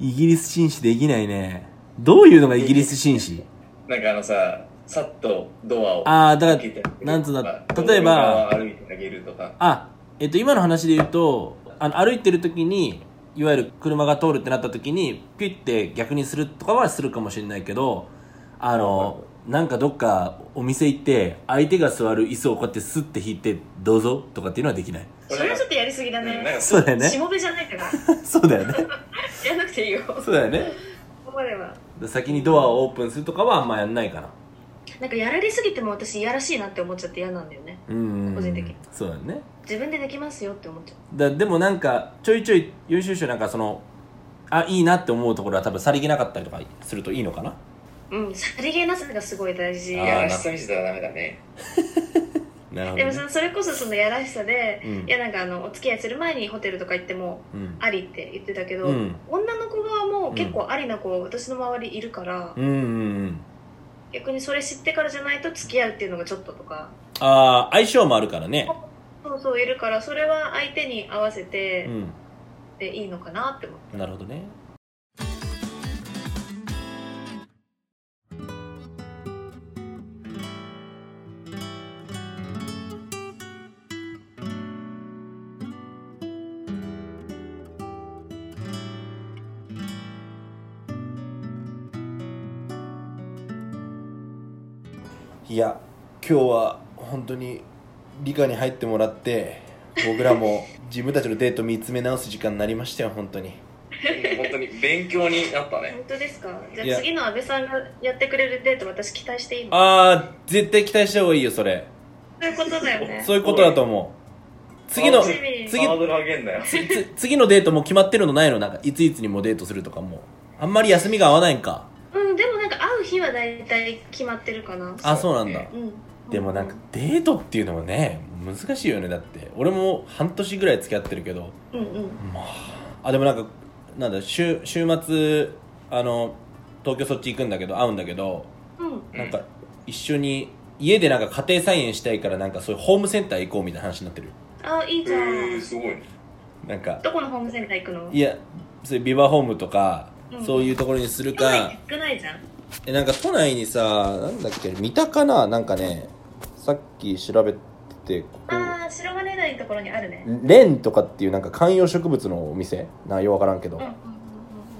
Speaker 4: イギリス紳士できないね。どういうのがイギリス紳士
Speaker 3: なんかあのさ、さっとドアを
Speaker 4: ああ、
Speaker 3: 開
Speaker 4: だか
Speaker 3: けてあげる
Speaker 4: ら、
Speaker 3: とか、
Speaker 4: なんつうんだ例えば
Speaker 3: 廊下を歩いてあげるとか。
Speaker 4: あ、えっと、今の話で言うと、あの、歩いてる時に、いわゆる車が通るってなった時に、ピュッて逆にするとかはするかもしれないけど、あの、なんかどっかお店行って相手が座る椅子をこうやってスッて引いてどうぞとかっていうのはできない
Speaker 6: それはちょっとやりすぎだ
Speaker 3: うんなん
Speaker 6: ね
Speaker 3: か
Speaker 4: そうだよ
Speaker 6: し
Speaker 4: ね
Speaker 6: もべじゃないから
Speaker 4: そうだよね
Speaker 6: やんなくていいよこ
Speaker 4: そうだよね
Speaker 6: こまでは
Speaker 4: 先にドアをオープンするとかはあんまやんないかな
Speaker 6: なんかやられすぎても私いやらしいなって思っちゃって嫌なんだよね
Speaker 4: うん
Speaker 6: 個人的に
Speaker 4: そうだよね
Speaker 6: 自分でできますよって思っちゃう
Speaker 4: だでもなんかちょいちょい優秀賞なんかそのあいいなって思うところは多分さりげなかったりとかするといいのかな
Speaker 6: うんさりげなさがすごい大事
Speaker 4: あー
Speaker 3: やらしさ見せたらダメだね。
Speaker 4: なる
Speaker 6: でもそそれこそそのやらしさで、
Speaker 4: うん
Speaker 6: いやなんかあのお付き合いする前にホテルとか行っても
Speaker 4: うん
Speaker 6: ありって言ってたけど、
Speaker 4: うん
Speaker 6: 女の子側も結構ありな子、私の周りいるから、
Speaker 4: うんうんうん
Speaker 6: 逆にそれ知ってからじゃないと付き合うっていうのがちょっととか
Speaker 4: ああ相性もあるからね
Speaker 6: そうそういるからそれは相手に合わせて
Speaker 4: うん
Speaker 6: でいいのかなって思う、
Speaker 4: なるほどねいや今日は本当に理科に入ってもらって僕らも自分たちのデート見つめ直す時間になりましたよ本当に
Speaker 3: 本当に勉強になったね。
Speaker 6: 本当ですかじ
Speaker 4: い
Speaker 6: ゃ
Speaker 4: や
Speaker 6: あ次の安倍さんがやってくれるデート私期待していいの
Speaker 4: ああ絶対期待した方がいいよそれ
Speaker 6: そういうことだよね
Speaker 4: そういうことだと思う次の
Speaker 6: 楽しみ
Speaker 4: 次
Speaker 3: ハードル上げんなよ。
Speaker 4: 次次次のデートもう決まってるのないのなんかいついつにもデートするとかもうあんまり休みが合わないんか
Speaker 6: うんでもなんか会う日は大体決まってるかな
Speaker 4: あそうなんだ
Speaker 6: うん
Speaker 4: でもなんかデートっていうのもね難しいよねだって俺も半年ぐらい付き合ってるけど
Speaker 6: うんうん
Speaker 4: まああでもなんかなんだ週週末あの東京そっち行くんだけど会うんだけど
Speaker 6: うん
Speaker 4: なんか一緒に家でなんか家庭菜園したいからなんかそういうホームセンター行こうみたいな話になってる
Speaker 6: あいいじゃ
Speaker 3: うんん、すごいね。
Speaker 4: なんか
Speaker 6: どこのホームセンター行くの
Speaker 4: いやそういうビバホームとか、
Speaker 6: うん
Speaker 4: そういうところにする
Speaker 6: 都内
Speaker 4: か
Speaker 6: 少ないじゃん
Speaker 4: えなんか都内にさなんだっけ見たかななんかねさっき調べてここ
Speaker 6: ああ白金台のところにあるね
Speaker 4: レンとかっていうなんか観葉植物のお店なんかようわからんけど、
Speaker 6: うんうん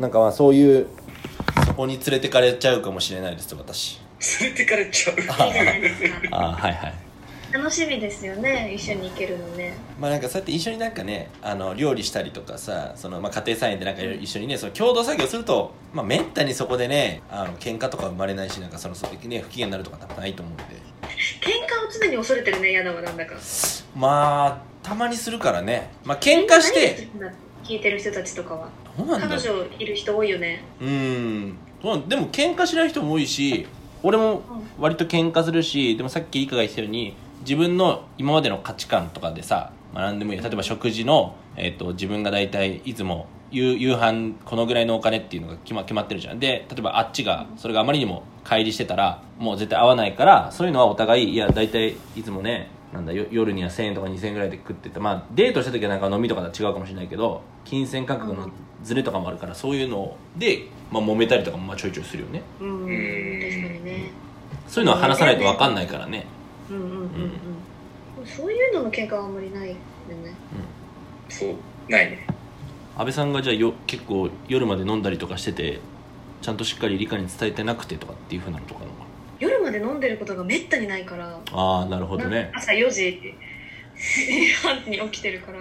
Speaker 4: なんかまあそういうそこに連れてかれちゃうかもしれないです私
Speaker 3: 連れてかれちゃう。
Speaker 6: いいじゃないですか
Speaker 4: ああはいはい
Speaker 6: 楽しみですよね一緒に行けるのね
Speaker 4: まあなんかそうやって一緒になんかねあの料理したりとかさその、まあ、家庭菜園でなんか一緒にねその共同作業すると、まあ、めったにそこでねあの喧嘩とか生まれないしなんかそのそうね不機嫌になるとか多分ないと思うんで
Speaker 6: 喧嘩を常に恐れてるね嫌なはなんだか
Speaker 4: まあたまにするからねまあ喧嘩し
Speaker 6: 何
Speaker 4: て
Speaker 6: するんだ聞いてる人たちとかは
Speaker 4: どうなんだ
Speaker 6: 彼
Speaker 4: ろう
Speaker 6: 女いる人多いよね
Speaker 4: うんどうなんでも喧嘩しない人も多いし俺も割と喧嘩するしでもさっきいかが言ってたように自分の今までの価値観とかでさ、まあ、何でもいいよ例えば食事の、えっと自分が大体いつも夕夕飯このぐらいのお金っていうのが決ま決まってるじゃんで例えばあっちがそれがあまりにも乖離してたらもう絶対合わないからそういうのはお互いいや大体いつもねなんだよ夜には1000円とか2000円ぐらいで食っててまあデートした時はなんか飲みとかとは違うかもしれないけど金銭感覚のズレとかもあるからそういうので、まあ、揉めたりとかもまあちょいちょいするよね
Speaker 6: うん確か
Speaker 3: ん
Speaker 6: にね
Speaker 4: そういうのは話さないと分かんないからね
Speaker 6: うんうんうんうんそういうのの喧嘩はあんまりないよね
Speaker 3: そう。ないね。
Speaker 4: 安倍さんがじゃあよ結構夜まで飲んだりとかしててちゃんとしっかり理科に伝えてなくてとかっていうふうなのとかなのか
Speaker 6: 夜まで飲んでることがめったにないから
Speaker 4: なああなるほどね
Speaker 6: 朝4時 半に起きてるから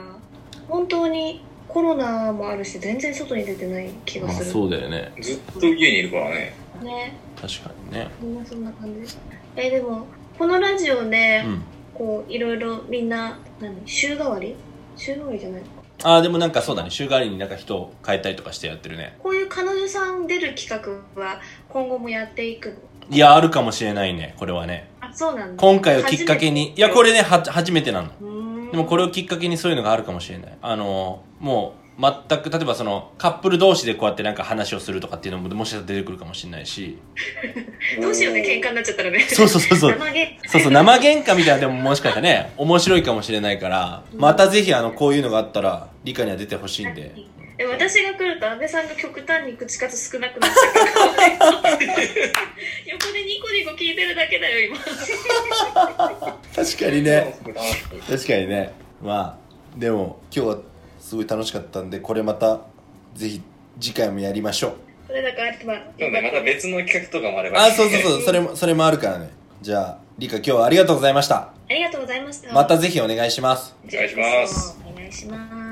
Speaker 6: 本当にコロナもあるし全然外に出てない気
Speaker 4: ま
Speaker 6: が
Speaker 4: あ
Speaker 6: する、
Speaker 4: そうだよね
Speaker 3: ずっと家にいるからね。
Speaker 6: ね
Speaker 4: 確かにね
Speaker 6: みんなそんな感じえーでもこのラジオね、
Speaker 4: うん
Speaker 6: こういろいろみんな何週替わり週替わりじゃない
Speaker 4: ああでもなんかそうだね週替わりになんか人を変えたりとかしてやってるね
Speaker 6: こういう彼女さん出る企画は今後もやっていくの
Speaker 4: いやあるかもしれないねこれはね
Speaker 6: あそうなんだ
Speaker 4: 今回をきっかけにいやこれねは初めてなの
Speaker 6: うーん
Speaker 4: でもこれをきっかけにそういうのがあるかもしれないあのもう全く例えばそのカップル同士でこうやってなんか話をするとかっていうのももしかしたら出てくるかもしれないし
Speaker 6: どうしようね喧嘩になっちゃったらね
Speaker 4: そうそうそうそう
Speaker 6: 生げ
Speaker 4: そうそう生喧嘩みたいなでももしかしたら ね面白いかもしれないからまたぜひあのこういうのがあったら理科には出てほしいんで
Speaker 6: え私が来ると安倍さんが極端に口数少なくなっちゃうから横でニコニコ聞いてるだけだよ今
Speaker 3: そう
Speaker 4: 確かに確かにねまあでも今日はすごい楽しかったんでこれまたぜひ次回もやりましょう
Speaker 6: それだから、まあ、
Speaker 3: そうね、また別の企画とかもあれば
Speaker 4: あ、そうそうそう、それも、それもあるからね。じゃあ、リカ今日はありがとうございました。
Speaker 6: ありがとうございました。
Speaker 4: またぜひお願いします。
Speaker 6: じゃあ
Speaker 3: お願いします。
Speaker 6: お願いします。